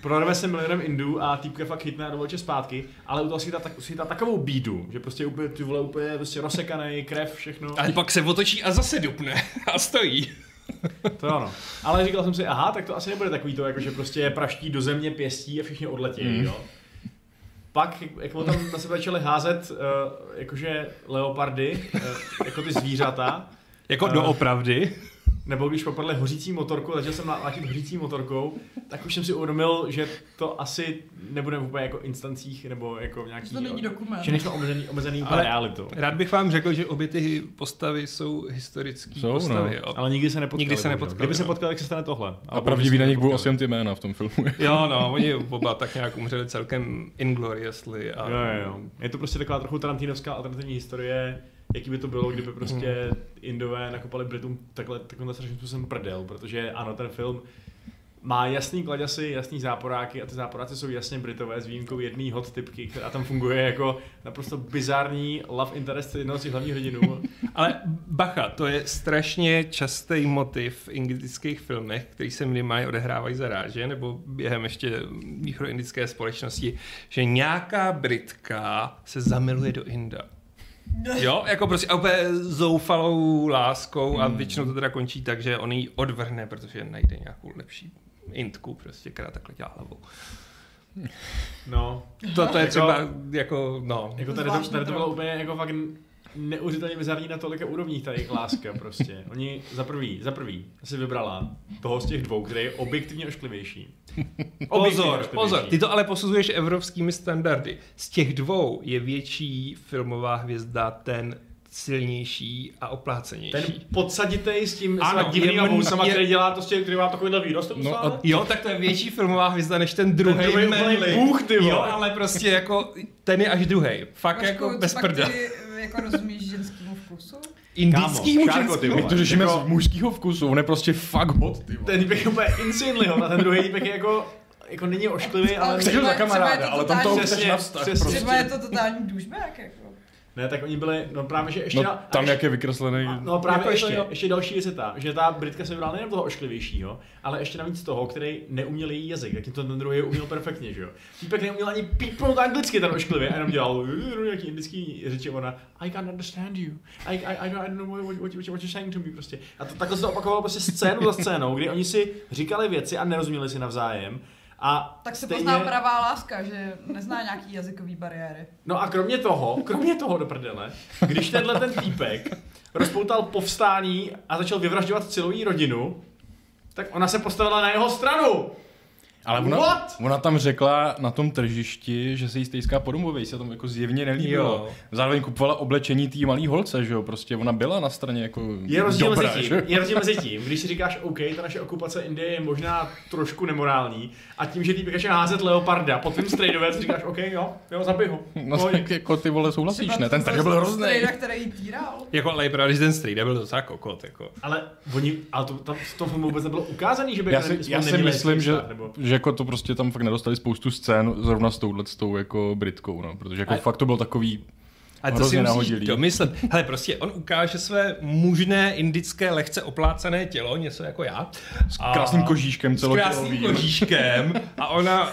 prorve se milionem Indů a týpka fakt chytne a dovoleče zpátky, ale u toho si dá, tak, si dá takovou bídu, že prostě úplně, ty vole, úplně prostě rozsekaný, krev, všechno.
Ale pak se otočí a zase dupne. A stojí.
To ano. Ale říkal jsem si, aha, tak to asi nebude takový to, jako že prostě praští do země pěstí a všichni odletí, mm. jo. Pak, jak- jak mu tam na sebe začali házet, uh, jakože leopardy, uh, jako ty zvířata,
Jako
Eh.
doopravdy.
nebo když popadli hořící motorku, začal jsem látit hořící motorkou, tak už jsem si uvědomil, že to asi nebude úplně jako instancích nebo jako nějaký...
Že to není dokument.
Že nejsme omezený, omezený úplně
Ale-
realitou.
Rád bych vám řekl, že obě ty postavy jsou historické
Jsou, no.
postavy. Jo.
Ale nikdy se nepotkali.
Nikdy se
bohužel.
nepotkali,
Kdyby se
no.
potkali, tak se stane tohle.
A
Ale
pravdivý
bohužel
na
se
nich budou
nepotkali.
asi jen ty jména v tom filmu.
jo, no, oni oba tak nějak umřeli celkem ingloriously. A...
Jo, jo, jo. Je to prostě taková trochu tarantinovská alternativní historie, jaký by to bylo, kdyby prostě Indové nakopali Britům takhle, takovýmhle strašným způsobem prdel, protože ano, ten film má jasný kladěsy, jasný záporáky a ty záporáci jsou jasně Britové s výjimkou jedné hot typky, která tam funguje jako naprosto bizarní love interest jednoho z těch hlavních hrdinů.
Ale bacha, to je strašně častý motiv v indických filmech, který se minimálně odehrávají za ráže, nebo během ještě východoindické společnosti, že nějaká Britka se zamiluje do Inda. Jo, jako prostě a úplně zoufalou láskou a většinou to teda končí tak, že on ji odvrhne, protože najde nějakou lepší intku, prostě, která takhle dělá hlavou.
No,
To, to je
Jako-
třeba jako, no.
jako tady, to,
Zvláštní
tady to bylo
drog.
úplně jako fakt neuvěřitelně bizarní na tolika úrovních ta jejich láska prostě. Oni za prvý, za prvý si vybrala toho z těch dvou, který je objektivně ošklivější.
Pozor, pozor, ty to ale posuzuješ evropskými standardy. Z těch dvou je větší filmová hvězda ten silnější a
Ten
oplácenější.
podsaditej s tím
Ano,
ano, divným
je
a
mn-
sama,
je-
který dělá to, s tím, který má takovýhle výrost,
No
no,
a
a...
Jo, tak to je větší filmová hvězda než ten druhý.
druhej
men-
úplný bůh, ty vole.
Jo, ale prostě jako ten je až druhý. Fakt
Vašku,
jako
co
bez
pak
prda.
Ty jako rozumíš ženskému vkusu?
Indický
Kámo, Šárko, ty
muženský.
My
vole.
to řešíme
Jako-
z mužského vkusu, on je prostě fuck hot, ty vole.
Ten týpek je úplně insanely hot a ten druhý týpek je jako, jako není ošklivý, ale...
Chceš ho za kamaráda, ale tam toho
chceš na vztah, prostě.
přesně.
Třeba je to totální douchebag, jako.
Ne, tak oni byli, no právě, že ještě...
No,
na- a
tam,
ještě,
jak je vykreslený.
a- No právě
Jako
jako
je to,
ještě,
jo.
ještě, další věc je ta, že ta Britka se vybrala nejen toho ošklivějšího, ale ještě navíc toho, který neuměl její jazyk, jak jim to ten druhý uměl perfektně, že jo. Týpek neuměl ani pípnout anglicky ten ošklivě, a jenom dělal "Uh, nějaký indický řeči, ona I can't understand you, I, I, I, don't, I don't know what, what, what, what you're saying to me prostě. A to, takhle se to opakovalo prostě scénu za scénou, kdy oni si říkali věci a nerozuměli si navzájem. A
Tak se
stejně-
pozná pravá láska, že nezná nějaký jazykový bariéry.
No a kromě toho, kromě toho do prdele, když tenhle ten týpek rozpoutal povstání a začal vyvražďovat celou její rodinu, tak ona se postavila na jeho stranu.
Ale ona,
What?
ona, tam řekla na tom tržišti, že se jí stejská po domově, jí se tam jako zjevně nelíbilo.
Jo.
Jo. Zároveň kupovala oblečení té malý holce, že jo, prostě ona byla na straně jako
Je rozdíl,
dobrá,
mezi
že
tím,
jo?
je rozdíl mezi tím, když si říkáš, OK, ta naše okupace Indie je možná trošku nemorální a tím, že týpek začne házet leoparda po tvým strejdové, si říkáš, OK, jo, jo, zabij ho.
No
Pohodě.
tak jako ty vole souhlasíš,
Třeba
ne? Ten
to
tady byl hrozný.
strejda, který jí týral.
Jako, ale i právě, když ten strejda byl docela kokot, jako.
Ale oni, ale to, tam v tom filmu vůbec nebylo ukázaný, že by
Já si,
aspoň
já si
neměli
myslím, že,
vztah, nebo...
že jako to prostě tam fakt nedostali spoustu scén zrovna s touhle s tou jako Britkou, no, protože jako
A-
fakt to byl takový
A to
Hrozně
si musíš
nahodilý.
domyslet. Hele, prostě on ukáže své mužné indické lehce oplácané tělo, něco jako já. S
krásným kožíškem
S krásným
celotělovým.
kožíškem. A ona,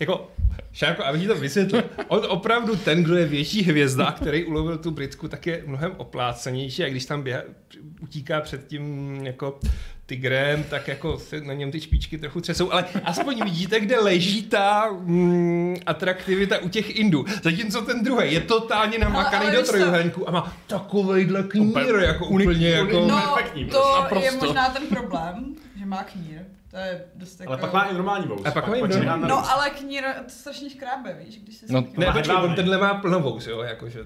jako, Šárko, aby ti to vysvětlil. On opravdu ten, kdo je větší hvězda, který ulovil tu Britku, tak je mnohem oplácenější. A když tam běha, utíká před tím jako tigrem, tak jako se na něm ty špičky trochu třesou, ale aspoň vidíte, kde leží ta mm, atraktivita u těch Indů. Zatímco ten druhý je totálně namakaný
Ale- ale
do
víš co?
trojuhelníku a má takovejhle knír, jako úplně jako...
unik-
No,
perfektní
to
prostě.
je
Naprosto.
možná ten problém, že má knír. To je dost jako...
Ale pak má i normální vous.
A pak má i
si
normální-
dá na
No ale knír to strašně škrábe, víš, když se...
No,
s-
Ne,
Má
počkej,
hedvábný.
on tenhle má plnovous, jo, jakože.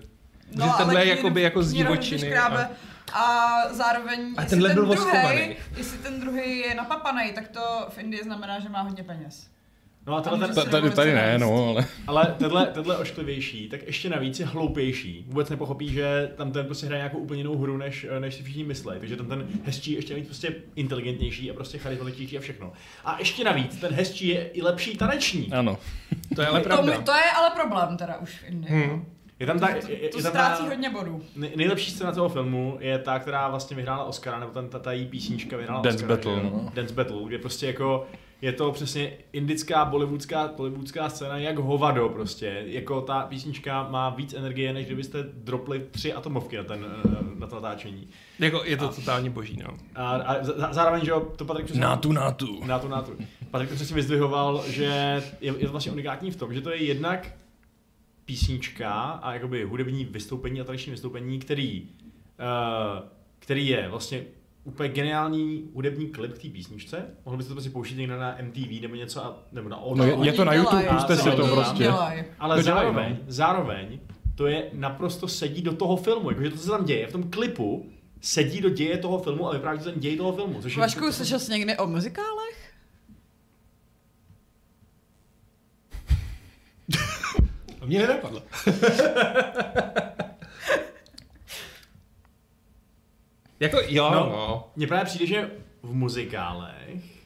No, že
ale
tenhle je
knír-
jakoby jako z
knír hodně
divočiny.
škrábe.
a-
A zároveň,
A
jestli
tenhle
ten
byl
druhý,
oschovaný.
jestli ten druhý je napapanej, tak to v Indii znamená, že má hodně peněz.
No a tenhle ten,
Ta- Tady, tady ne, no, ale
Ale tenhle, tenhle ošklivější, tak ještě navíc je hloupější. Vůbec nepochopí, že tam ten prostě hraje nějakou úplně jinou hru, než, než si všichni myslí. Takže tam ten hezčí je ještě navíc prostě inteligentnější a prostě charizmatičtější a všechno. A ještě navíc, ten hezčí je i lepší taneční.
ano.
To je ale
To,
pravda.
mi, to je ale problém teda už v Indii. Hmm.
Je tam ta,
To,
je, je
to
tam ta
ztrácí hodně bodů.
nej- nejlepší scéna toho filmu je ta, která vlastně vyhrála Oscara, nebo ten, ta, ta její písnička vyhrála
Dance
Oscara.
Battle,
že jo?
no.
Dance Battle, kde prostě jako je to přesně indická, bollywoodská, bollywoodská scéna jak hovado prostě. Jako ta písnička má víc energie, než kdybyste dropli tři atomovky na, ten, eh, na to natáčení.
Jako je to totálně boží, no.
A, a zá- zároveň, že jo, to Patrik přesně...
Nátu, nátu.
Na to, na to. Patrik to přesně vyzdvihoval, že je, je to vlastně unikátní v tom, že to je jednak písnička a jakoby hudební vystoupení a taneční vystoupení, který, uh, který je vlastně úplně geniální hudební klip k té písničce. Mohl byste to prostě použít někde na MTV nebo něco, a, nebo na
No, je-
Odeon.
je to na
Oni
YouTube,
dělají,
puste si
to
oni
prostě.
dělají.
Ale
To dělají,
zároveň,
no.
zároveň to je naprosto sedí do toho filmu. Jakože to, co se tam děje v tom klipu, sedí do děje toho filmu a vypráví to ten děj toho filmu. Což je-
Vašku, slyšel jsi někdy o muzikálech?
To mě nenapadlo. jako jo, no.
No.
no.
Mně právě přijde, že v muzikálech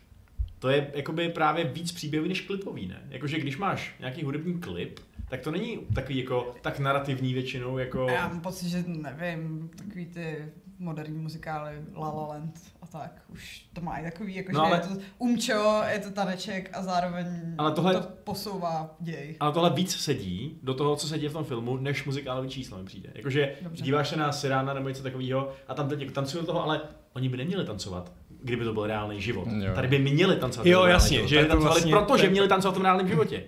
to je jakoby právě víc příběhů než klipový, ne? Jakože když máš nějaký hudební klip, tak to není takový jako tak narrativní většinou jako...
Já mám pocit, že nevím, takový ty moderní muzikály La La Land a tak, už to má i takový, jako,
No,
že
ale-
je to umčo, je to taneček a zároveň
Ale tohle-
to posouvá děj.
Ale tohle víc sedí do toho, co se děje v tom filmu, než muzikálový číslo mi přijde. Jakože
Dobře.
díváš se na Sirana nebo něco takového a tam teď jako tancují do toho, ale oni by neměli tancovat, kdyby to byl reálný život.
Jo.
Tady by měli tancovat.
Jo,
v tom reálném
jasně,
životě.
že je
Tady
to
tancovali,
vlastně-
protože měli tancovat v tom reálném životě.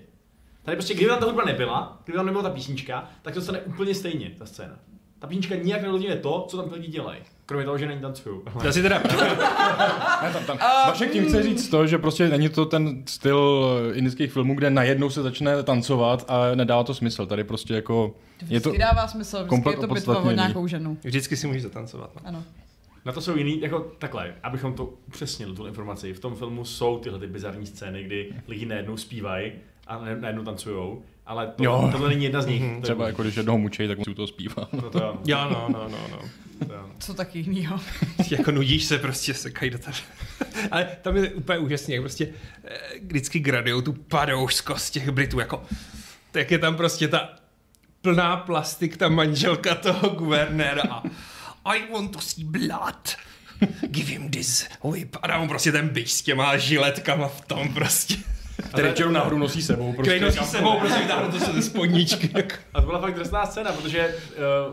Tady prostě, kdyby tam ta hudba nebyla, kdyby tam nebyla ta písnička, tak to stane úplně stejně, ta scéna. Ta písnička nijak neodlivňuje to, co tam ty lidi dělají. Kromě toho, že na ní tancují.
Já si teda,
Ne, tam, tam. Vašek tím chce říct to, že prostě není to ten styl eh, indických filmů, kde najednou se začne tancovat a nedává to smysl. Tady prostě jako
To
je to...
vždycky dává smysl, vždycky
komplet
je to bitva o
opodstatněný.
nějakou ženu.
vždycky si můžeš zatancovat. No.
Ano.
Na to jsou jiný, jako takhle, abychom to upřesnili, tu informaci. V tom filmu jsou tyhle ty bizarní scény, kdy lidi najednou zpívají a ne- najednou tancujou, ale to,
Jo.
tohle není jedna z nich. To je
Třeba
buď.
jako když jednoho mučej, tak musí to zpívá.
To, to, jo,
Jo, no, no, no, no.
to, jo.
Co taky jinýho.
jako nudíš se prostě sekají do tady. Ale tam je úplně úžasný, jak prostě eh, vždycky gradujou tu padoušskost těch Britů, jako tak je tam prostě ta plná plastik ta manželka toho guvernéra a I want to see blood. Give him this whip. A dá mu prostě ten bič s těma žiletkama v tom prostě.
Který čerou nahoru nosí sebou.
Prostě. Který nosí sebou, prostě vytáhnu to se ze spodničky. jako.
A to byla fakt drsná scéna, protože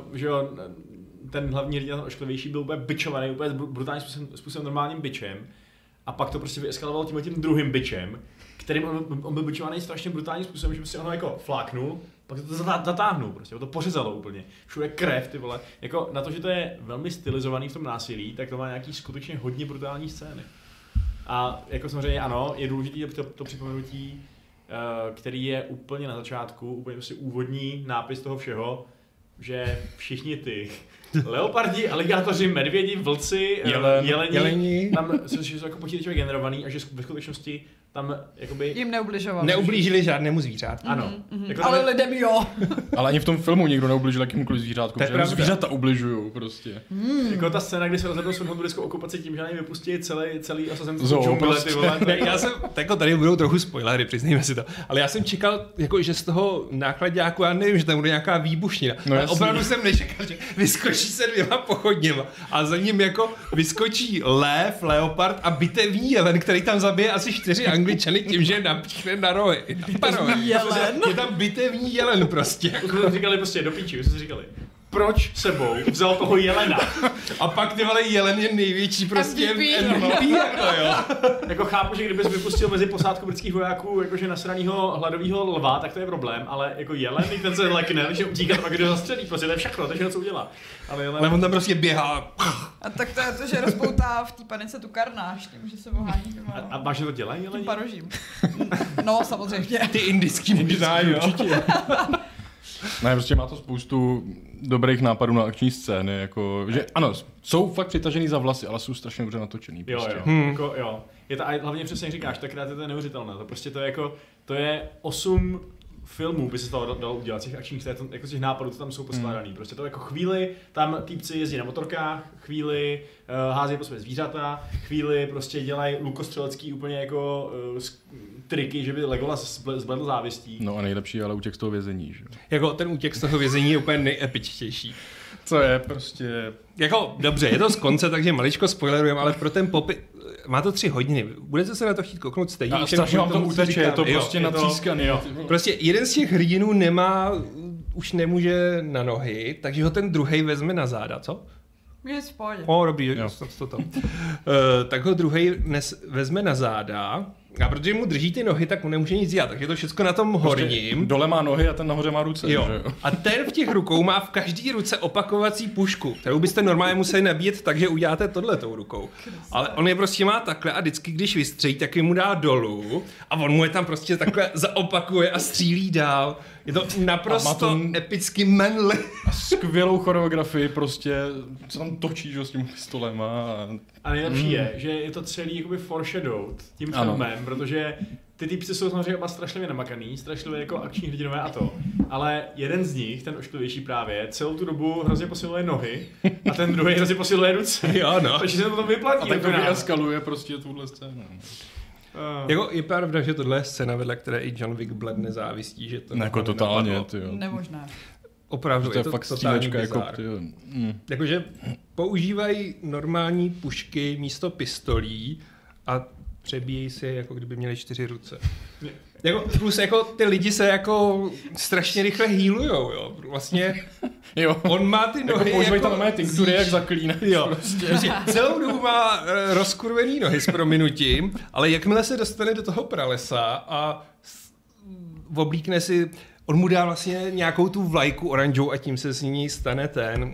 uh, že jo, ten hlavní hrdina, ten ošklivější, byl úplně bičovaný, úplně brutálním způsobem, způsobem normálním bičem. A pak to prostě vyeskalovalo tím tím druhým bičem, kterým on, on byl bičovaný strašně brutálním způsobem, že prostě ono jako fláknul, pak to zatá- zatáhnul prostě, to pořezalo úplně. Všude krev, ty vole. Jako na to, že to je velmi stylizovaný v tom násilí, tak to má nějaký skutečně hodně brutální scény. A jako samozřejmě ano, je důležité to, to připomenutí, eh, který je úplně na začátku, úplně prostě úvodní nápis toho všeho, že všichni ty leopardi, aligátoři, medvědi, vlci, eh,
Jelen-
jeleni,
jeleni.
tam jsou, že jsou jako počítačově generovaný a že ve skutečnosti tam jakoby...
Jim neubližoval.
Neublížili žádnému zvířátku.
Ano. Jako tam
Mhm, Ale
je-
lidem jo.
Ale ani v tom filmu nikdo neublížil jakýmkoliv zvířátku,
To je
protože
pravda.
zvířata ubližují prostě.
Jako ta scéna, kdy se rozhodnou svou hondurickou okupaci tím, že na něj vypustí celý, celý asazemský
Zoo,
džungle, ty
prostě.
vole. to
Ne,
je-
já jsem, tak jako tady budou trochu spoilery, přiznejme si to, ale já jsem čekal, jako, že z toho nákladňáku, já nevím, že tam bude nějaká výbušnina.
No
No, ale
jasný.
opravdu jsem nečekal, že vyskočí se dvěma pochodněma a za ním jako vyskočí lev, leopard a bitevní jelen, který tam zabije asi čtyři angličany tím, že je napíchne na rohy. Na rohy.
jelen?
Je tam bitevní jelen prostě.
Už jsme si říkali prostě do píči, už jsme si říkali. Proč sebou vzal toho jelena?
A pak ty vole jelen je největší prostě
MVP,
MVP,
no.
jako jo.
Jako chápu, že kdybys vypustil mezi posádku britských vojáků jakože nasranýho hladového lva, tak to je problém, ale jako jelen, když ten se lekne, že utíká, tak pak kdo zastřelí, prostě to je všechno, to je všechno, co udělá. Ale jelen...
Ale on tam prostě běhá.
A tak to je to, že rozpoutá v té panice tu karnáš, tím, že se mohání těma
A, a máš že to dělají jeleni?
tím parožím. No, samozřejmě.
Ty indický možná, jo.
Ne, prostě má to spoustu dobrých nápadů na akční scény, jako, že ano, jsou fakt přitažený za vlasy, ale jsou strašně dobře natočený.
Jo,
Prostě.
jo, jako, jo. Je to, a hlavně přesně jak říkáš, takrát je to neuvěřitelné. To prostě to je jako, to je osm filmů by se z toho dalo udělat, těch akčních, scén, jako těch nápadů, co tam jsou poskládaný. Prostě to jako chvíli, tam týpci jezdí na motorkách, chvíli uh, házejí po sobě zvířata, chvíli prostě dělají lukostřelecký úplně jako uh, triky, že by Legolas zble- zbledl závistí.
No a nejlepší ale útěk z toho vězení, že? jo.
Jako ten útěk z toho vězení je úplně nejepičtější.
Co je prostě...
Jako, dobře, je to z konce, takže maličko spoilerujeme, ale pro ten popis... Má to tři hodiny. Budete se na to chtít kouknout stejně?
A
všem
strašně vám
kvůli
to
tomu, co
uteče, je
říkáme.
to
Jo.
prostě
je to-
natřískaný.
jo.
ty vole.
Prostě jeden z těch hrdinů nemá, už nemůže na nohy, takže ho ten druhý vezme na záda, co?
Mě v pohodě.
O, dobrý, jo.
Jo.
To, to, to. Uh, tak ho druhý nes, vezme na záda a protože mu drží ty nohy, tak mu nemůže nic dělat, takže je to všechno na
Prostě
tom horním.
Dole má nohy a ten nahoře má ruce,
Jo.
že jo?
A ten v těch rukou má v každé ruce opakovací pušku, kterou byste normálně museli nabíjet tak, že uděláte tohle tou rukou. Ale on je prostě má takhle a vždycky, když vystřelí, tak je mu dá dolů a on mu je tam prostě takhle zaopakuje a střílí dál. Je to naprosto
A má to-
epicky manly.
A skvělou choreografii prostě, co tam točí, že jo, s tím pistolem a...
A nejlepší mm. je, že je to celý jakoby foreshadowed tím
Ano.
filmem, protože ty typci jsou samozřejmě oba strašlivě namakaný, strašlivě jako akční hrdinové a to. Ale jeden z nich, ten ošklivější právě, celou tu dobu hrozně posiluje nohy a ten druhý hrozně posiluje ruce.
Jo, no.
Takže se to potom vyplatí.
A tak to
jako nám.
vyeskaluje prostě tuhle scénu.
Eh,
Jako je pravda, že tohle je scéna, vedle které i John Wick bledne závistí, že to
No, jako
napadlo.
totálně, ty jo.
Nemožné.
Opravdu,
To je fakt
totální
střílečka, jako,
bizár.
ty jo. Mm.
Jakože používají normální pušky místo pistolí a přebíjejí si je, jako kdyby měli čtyři ruce. Jako, plus jako ty lidi se jako strašně rychle healujou, jo. Vlastně
Jo.
on má ty
Jako
nohy
používají tam mé tinktury, jak zaklínají.
Jo, prostě celou dobu má eh, rozkurvený nohy s prominutím, ale jakmile se dostane do toho pralesa a s- oblíkne si, on mu dá vlastně nějakou tu vlajku oranžovou a tím se s ní stane ten uh,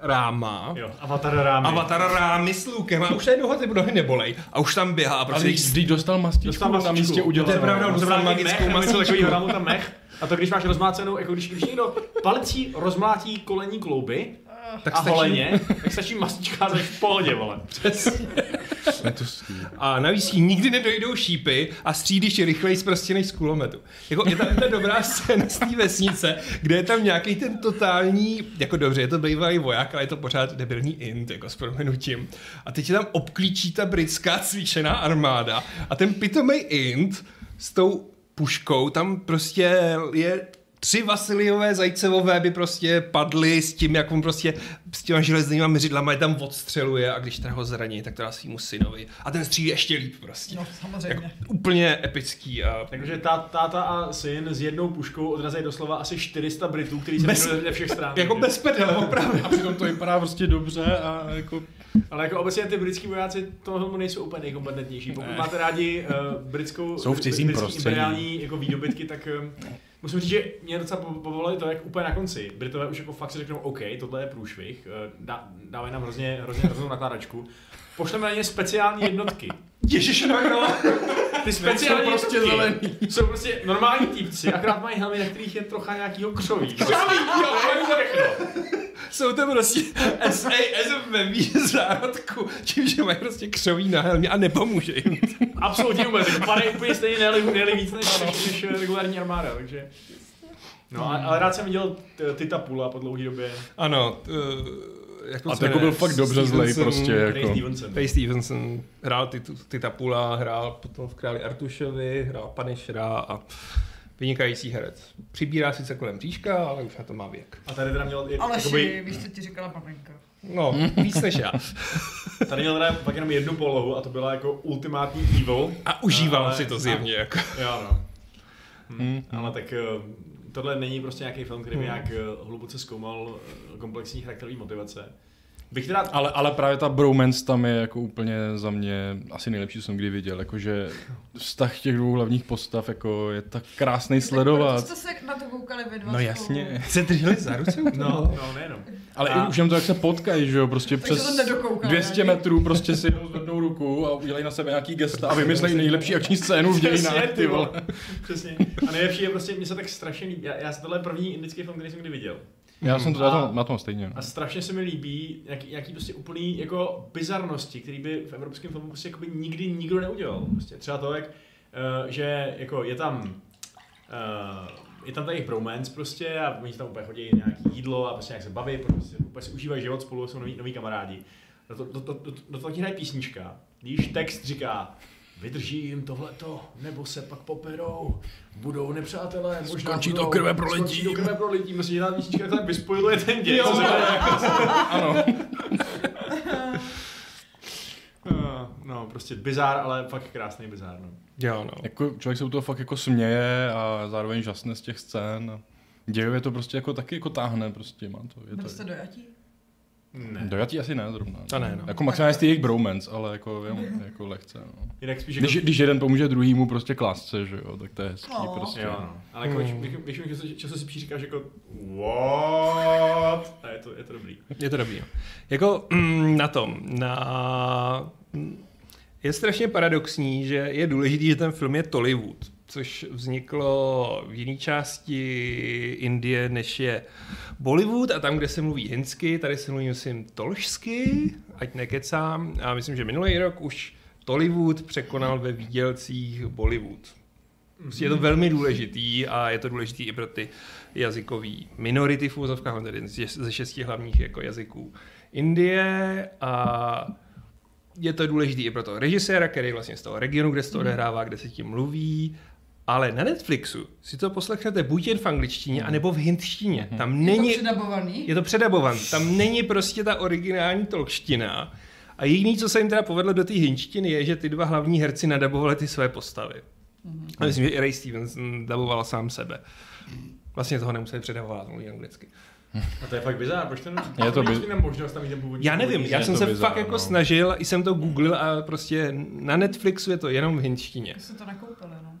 ráma.
Jo, avatar rámy.
Avatar rámy s lukem a už najednou ho ty nohy nebolej a už tam běhá a
A
prostě
když, když dostal mastičku,
Dostal
na
mastičku.
místě udělal.
To je pravda,
No,
on
to
dostal
právě
magickou
mech, nebo něco
mastičku.
takového, dá mu tam mech. A to když máš rozmácenou, jako když, když někdo palcí rozmlátí kolení klouby,
Tak
tak a
stačí-
holeně, tak stačí mastička a jsi v pohodě, vole.
Ne, to s-
A navíc jí nikdy nedojdou šípy a střídíš je rychleji prostě než z kulometu. Jako je tam ta dobrá scéna z té vesnice, kde je tam nějaký ten totální, jako dobře, je to bývalý voják, ale je to pořád debilní int, jako s proměnutím. A teď je tam obklíčí ta britská cvičená armáda a ten pitomej int s tou puškou tam prostě je tři Vasiliové Zajcevové by prostě padly s tím, jak on prostě s těma železnýma měřidlama je tam odstřeluje a když teda ho zraní, tak teda svýmu synovi. A ten střílí ještě líp prostě.
No,
Jako,
samozřejmě.
úplně epický a
Takže tá, táta a syn s jednou puškou odrazí doslova asi 400 Britů, kteří se
Bez-
minuli ze všech stran.
jako bez pedele, opravdu.
A přitom to vypadá prostě dobře a jako...
Ale jako obecně ty britský vojáci tomu nejsou úplně nejkompetentnější. Pokud máte rádi uh, britskou
Jsou v cizím
britský
prostředí.
imperiální jako výdobytky, tak um, musím říct, že mě docela po- povolali to, jak úplně na konci. Britové už jako fakt si řeknou, OK, tohle je průšvih, eh, dá, dávají nám hrozně, hrozně hroznou nakládačku. Pošleme na ně speciální jednotky.
Ježišmarja.
Ty speciální
Jsou no, prostě
jednotky
zelený.
Jsou prostě normální týpci, akorát mají helmy, na kterých je trocha nějakýho křoví. Prostě-
Jsou to prostě SAS ve výzárodku, tím, že mají prostě křoví na helmě a nepomůže jim.
Absolutně vůbec, jako padají úplně stejně nejeli, nejeli víc než, než eh, regulární armáda, takže... No, a- ale rád jsem viděl t- Tita Pula po dlouhé době,
Jako- Ano. eh, jak to
A
se
jako byl
jmenuje?
fakt dobře zlej
Stevenson-
prostě
Ray
jako...
Stevenson.
Ray Stevenson hrál ty, ty Tapula, hrál potom v Králi Artušovi, hrál Panešera a vynikající herec. Přibírá sice kolem říška, ale už na to má věk.
A tady teda měl, i-
Aleši,
jakoby,
víš, co ti říkala maminka?
No, víc než já.
tady měl teda pak jenom jednu polohu a to byla jako ultimátní evil.
A užíval
Ale-
si to zjevně. Jako.
Jo, no.
Hm.
Ale tak eh, tohle není prostě nějaký film, který by nějak eh, hluboce zkoumal eh, komplexní charakterové motivace. Bych teda...
Ale, ale právě ta bromance tam je jako úplně za mě asi nejlepší, co jsem kdy viděl. Jakože vztah těch dvou hlavních postav jako je tak krásný
Proto
sledovat.
jste se na to koukali vy dva
No
spolu.
jasně.
Se drželi za ruce?
No, no, nejenom.
Ale
A-
i už jen to, jak se potkají, že jo, prostě
Takže
přes
to nedokoukal
200
nějaký.
metrů prostě si jednou zvednou ruku a udělají na sebe nějaký gesta a vymyslejí nejlepší akční scénu v dějinách, ty vole.
Přesně. A nejlepší je prostě, mě se tak strašně líbí. Já, já tohle je první indický film, který jsem kdy viděl.
Já jsem to, já
A-
to na tom stejně. no.
A strašně se mi líbí nějaký, nějaký prostě úplný jako bizarnosti, který by v evropském filmu prostě jakoby nikdy nikdo neudělal. Prostě třeba to, jak, eh, že jako je tam eh, je tam ta jejich bromance prostě a oni si tam úplně chodí nějaký jídlo a prostě nějak se baví, prostě úplně si užívají život spolu, jsou noví, noví kamarádi. Do, to- do, do, do, do toho ti hraje písnička, když text říká vydrží jim tohleto, nebo se pak poperou, budou nepřátelé, možná
Skončí to
budou,
krve prolitím.
Skončí to krve prolitím, prostě že ta písnička tak vyspojuje ten děj.
Jo.
co se hraje.
Ano.
Eh, No, prostě bizár, ale fakt krásný bizár. No.
Jo, no.
Jako, člověk se u toho fakt jako směje a zároveň žasne z těch scén. a Dějově to prostě jako taky jako táhne prostě, má to. Je
Byli
to
jste dojatí?
Ne.
Dojatý asi ne zrovna.
To ne, no.
Jako maximálně z ty jejich bromance, ale jako, jenom, jako lehce. No.
Jinak spíš
Když,
jako...
když jeden pomůže druhýmu prostě klásce, že jo, tak to je hezký
No.
prostě.
Jo, no. Ale jako,
Hmm.
když, když, když, když často si příště říkáš jako what? A je to, je to dobrý.
Je to dobrý. Jako mm, na tom, na... mm, Je strašně paradoxní, že je důležitý, že ten film je Tollywood, což vzniklo v jiné části Indie, než je Bollywood a tam, kde se mluví hinsky, tady se mluví, myslím, tolšsky, ať nekecám. A myslím, že minulý rok už Tollywood překonal ve výdělcích Bollywood. Prostě je to velmi důležitý a je to důležitý i pro ty jazykové minority v úzovkách, mám tady ze- ze šesti hlavních jako jazyků Indie a je to důležitý i pro toho režiséra, který je vlastně z toho regionu, kde se to odehrává, kde se tím mluví, ale na Netflixu si to poslechnete buď jen v angličtině, anebo v hindštině. Tam není,
Je to předabovaný?
je to předabovaný. Tam není prostě ta originální tolština. A jediný, co se jim teda povedlo do té hinštiny, je, že ty dva hlavní herci nadabovali ty své postavy.
Mhm.
A myslím, že i Ray Stevenson daboval sám sebe. Vlastně toho nemuseli předabovat, on mluví anglicky.
A to je fakt bizár, proč to ne?
Je to
proč
by-
není tam možnost tam mít ten původní.
Já nevím,
původní
já
je
jsem
to
se
bizar,
fakt jako
no.
snažil, i jsem to googlil a prostě na Netflixu je to jenom v hinštině.
Jste to nakoupili, no.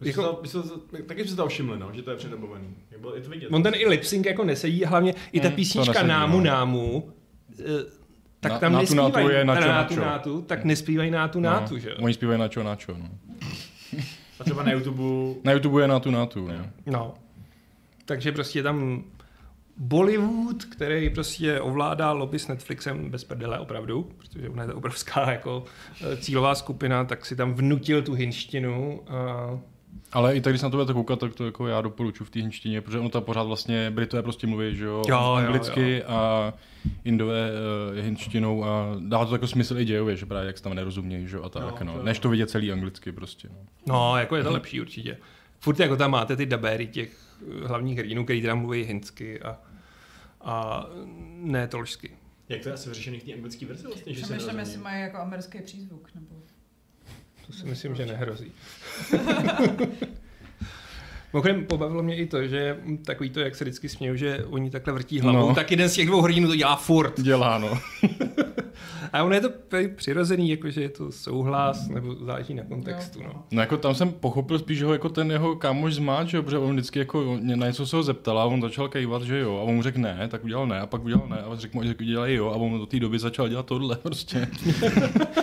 Vy jste
jako-
to- vy jste to- Taky jste to všimli, no, že to je předobovaný. Jak bylo- Je to vidět.
On ten i lipsync jako nesedí, a hlavně i ta
Hmm, to
písnička
nesedí,
Námu
no.
Námu, eh, tak
Na-
tam
Nátu Nátu
nespívají
je Načo
na nátu,
Načo.
nátu, tak nespívají nátu
No.
nátu, že jo?
Oni zpívají na čo, na čo, no.
A třeba na YouTube
Na YouTube je na tu, na tu, no.
No. Takže prostě je tam Bollywood, který prostě ovládá lobby s Netflixem bez prdele opravdu, protože ona je to obrovská jako eh, cílová skupina, tak si tam vnutil tu hinštinu. A...
Ale i tak, když se na to budete koukat, tak to jako já doporučuji v té hinštině, protože ono ta pořád vlastně, Britové prostě mluví, že jo,
Jo, jo,
anglicky a Indové uh, hinštinou a dá to jako smysl i dějově, že právě jak se tam nerozumějí, že jo, a tak,
No,
no.
to jo.
Než to vidět celý anglicky prostě, no.
No, jako je to lepší určitě. Furt jako tam máte ty dabéry těch hlavních hrdinů, který tam mluví hindsky a, a ne trolsky.
Jak to je asi vyřešený k té anglické verzi vlastně, že se
Přemýšlím, jestli
nerozumí?
mají jako americký přízvuk, nebo...
To si myslím, že nehrozí. Mimochodem, pobavilo mě i to, že takový to, jak se vždycky směju, že oni takhle vrtí hlavou, no.
No.
tak jeden z těch dvou hrdinů to dělá furt.
Dělá, no.
A ono je to p- přirozený, jakože je to souhlas, nebo záleží na kontextu. No.
No jako tam jsem pochopil spíš že ho jako ten jeho kámoš zmát, že jo, protože on vždycky jako on- na něco se ho zeptala a on začal kejvat, že jo, a on mu řekl ne, tak udělal ne, a pak udělal ne, a řekl mu, že udělej jo, a on do té doby začal dělat tohle prostě.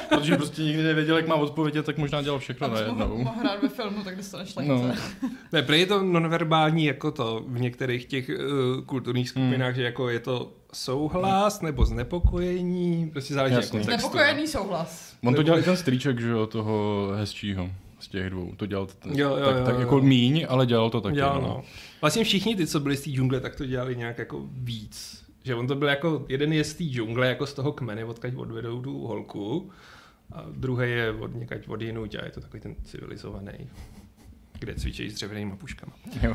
protože prostě nikdy nevěděl, jak má odpovědět, tak možná dělal všechno
Tam mohl,
najednou.
mohl hrát ve filmu, tak dostaneš lejce.
No.
Ne, prý je to nonverbální jako to v některých těch uh, kulturních skupinách, hmm. že jako je to souhlas nebo znepokojení, prostě záleží na
Jasný.
kontextu. no.
Nepokojený souhlas.
On to dělal i ten strýček, že jo, toho hezčího z těch dvou. To dělal t-
Jo, jo,
tak,
jo,
tak
jo.
jako míň, ale dělal to taky.
Dělal,
no.
no. Vlastně všichni ty, co byli z té džungle, tak to dělali nějak jako víc. Že on to byl jako, jeden je z té džungle, jako z toho kmene, odkaď odvedou tu holku, a druhý je od někať od jinuť a je to takový ten civilizovaný, kde cvičejí s dřevěnýma puškama.
Jo.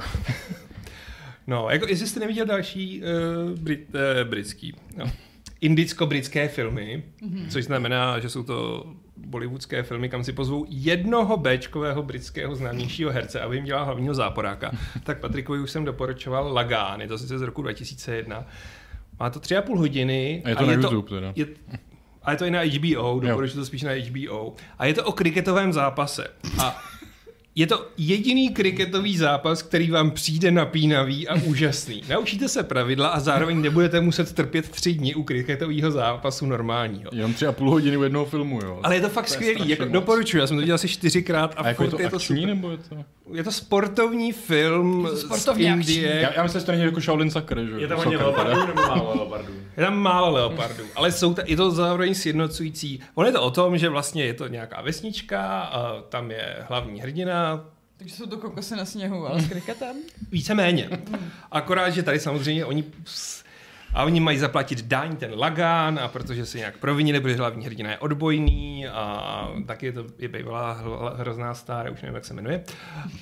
No, jako jestli jste neviděl další uh, brit, uh, britský, no, indicko-britské filmy, mm-hmm. což znamená, že jsou to bollywoodské filmy, kam si pozvou jednoho Bčkového britského známějšího herce, aby jim dělal hlavního záporáka, tak Patrikovi už jsem doporučoval Lagán, je to sice z roku 2001. Má to tři a půl hodiny.
A je to na YouTube teda.
Je, a je to i na HBO, doporučuji to spíš na HBO. A je to o kriketovém zápase. A je to jediný kriketový zápas, který vám přijde napínavý a úžasný. Naučíte se pravidla a zároveň nebudete muset trpět tři dny u kriketového zápasu normálního.
Jenom tři a půl hodiny u jednoho filmu, jo.
Ale je to fakt
To je
skvělý,
strašně
jako
moc.
doporučuji, já jsem to dělal asi čtyřikrát a,
a jako je
furt
to akční,
super.
nebo je to...
Je to sportovní film
Je to
z
sportovně
Indie.
Já, já myslím, že to není jako Shaolin Sakra, že jo.
Je tam
Sakra
hodně
teda.
leopardů nebo málo leopardů?
Je tam málo leopardů, ale jsou ta, je to zároveň sjednocující. On je to o tom, že vlastně je to nějaká vesnička, a tam je hlavní hrdina,
Takže jsou to kokosy na sněhu, ale s kriketem.
víceméně. Akorát, že tady samozřejmě oni s- a oni mají zaplatit daň, ten lagán, a protože se nějak provinili, protože hlavní hrdina je odbojný a taky je to je bývalá hla- hrozná stára, už nevím, jak se jmenuje,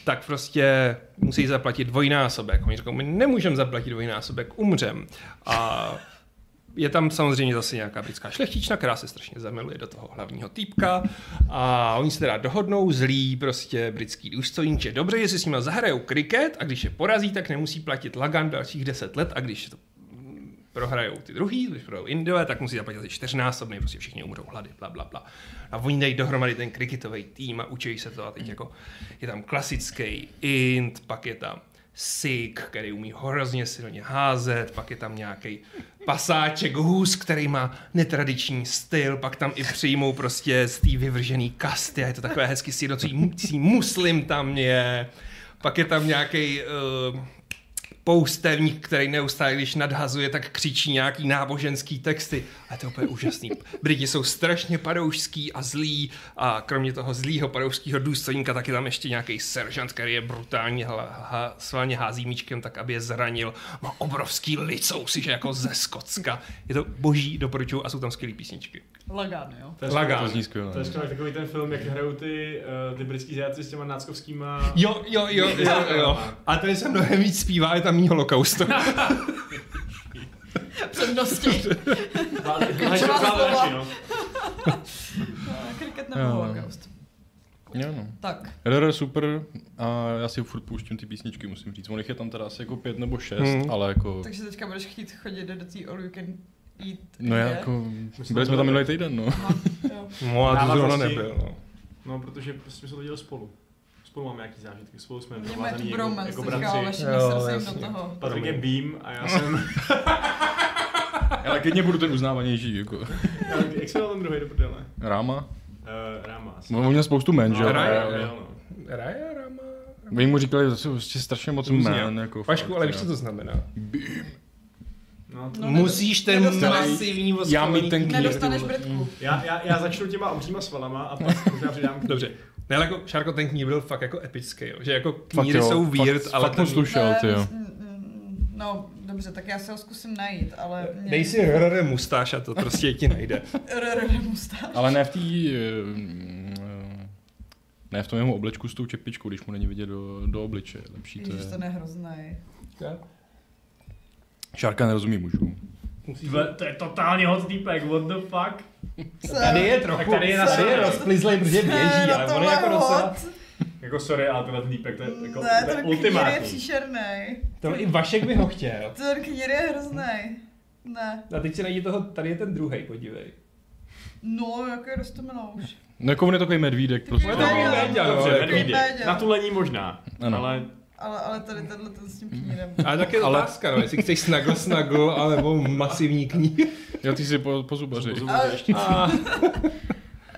tak prostě musí zaplatit dvojnásobek. Oni říkají, my nemůžeme zaplatit dvojnásobek, umřem. A je tam samozřejmě zase nějaká britská šlechtična, která se strašně zamiluje do toho hlavního týpka a oni se teda dohodnou, zlí prostě britský důstojník, že dobře, jestli s nima zahrajou kriket a když je porazí, tak nemusí platit Lagan dalších 10 let a když to mm, prohrajou ty druhý, když prohrajou Indové, tak musí zaplatit asi čtyřnásobný, prostě všichni umřou hlady, bla, bla, bla. A oni dají dohromady ten kriketový tým a učí se to a teď jako je tam klasický Ind, pak je tam Sik, který umí hrozně silně házet, pak je tam nějaký pasáček hůz, který má netradiční styl, pak tam i přijmou prostě z té vyvržený kasty a je to takové hezky sjednocující muslim tam je, pak je tam eh, nějaký poustevník, který neustále, když nadhazuje, tak křičí nějaký náboženský texty. A to je úplně úžasný. Briti jsou strašně padoušský a zlí a kromě toho zlýho padoušského důstojníka tak je tam ještě nějaký seržant, který je brutálně hla, ha, svalně hází míčkem tak, aby je zranil. Má obrovský licousy, že jako ze Skocka. Je to boží, doporučuju a jsou tam skvělé písničky.
Lagán, jo.
To je
Lagán.
To no. zní
skvělé. To
skvěle.
je skvělé, takový ten film, jak hrajou ty, eh, ty britský zajáci s těma náckovskýma...
Jo, jo, jo, jo, jo. A tady se mnohem víc zpívá, je tam mý holokaustu.
Přednosti.
Háčo- háči, no.
A No, Kriket nebo
Jo. no.
holokaust.
Jo, no.
Tak.
RR super a já si furt pouštím ty písničky, musím říct. On jich je tam teda asi jako pět nebo šest,
Hmm.
hmm. ale jako...
Takže teďka budeš chtít chodit do té all you can eat.
No já
je.
jako... Byli jsme tam minulý týden, no.
Jo.
No a to zrovna
Návaznosti.
nebyl. No.
No, protože prostě jsme to dělali spolu. Spolu máme nějaký zážitky, spolu jsme
Mě má tu
provázaný jako,
bromance,
jako
teďka o
bratři.
vašem
Jo,
srdcem
jasně.
do toho.
Patrik je
Promiň.
Beam a já jsem...
Ale klidně budu ten uznávanější, jako.
Já- jak se jmenuje ten druhý do prdele?
Ráma?
Uh, Rama asi.
On měl spoustu men, že jo?
No, Rama,
Raya,
A-
Raya, no.
Raja Rama.
Vy mu říkali, že jsou prostě strašně moc
Různě.
men, jako...
Pašku,
fakt,
ale
jo.
víš, co to znamená?
No,
No,
Musíš ten
nedostaneš-
masivní
Já
voskovaný...
mít ten knír,
Nedostaneš
ty vole.
britku.
já, já, já začnu těma obříma svalama a pak možná přidám k
Dobře. Ne, ale jako, Šárko, ten knír byl fakt jako epický, jo. že jako
Fakt
kníry
jo,
jsou
fakt-
weird, ale
Fakt mu
ten...
slušel, ty jo.
Mm, mm, No, dobře, tak já se ho zkusím najít, ale... mě-
Dej si rrr mustáš a to prostě ti najde.
RR mustáš.
Ale ne v té... eh, mm, eh, Ne v tom jeho oblečku s tou čepičkou, když mu není vidět do, do obliče. Lepší to
Ježiš,
je.
ten je hrozný.
Šárka nerozumí mužů.
Tyhle, to je totálně hot týpek, what the fuck?
Tady je trochu,
tady je na
tady je
sebe.
rozplizlej, protože běží, ale on je jako docela...
Jako sorry, ale tenhle týpek, to je jako
Ne,
to je
ten knír je
ultimátní.
příšerný.
To i Vašek by ho chtěl.
Ten knír je hrozný. Ne.
A teď si najdi toho, tady je ten druhý, podívej.
No, jako je rostomilouš.
No jako on je takový medvídek prostě.
To
To
je
je
takový
takový
média,
média,
Dobře,
no, jako-
medvídě.
Medvědě.
Na tu lení možná,
Ano.
ale
Ale, ale tady tenhle ten s tím knírem.
Ale tak je ale... otázka, no, jestli chceš snagl snagl, alebo masivní kníh.
Jo, ty si po, pozubaři.
Ale,
A...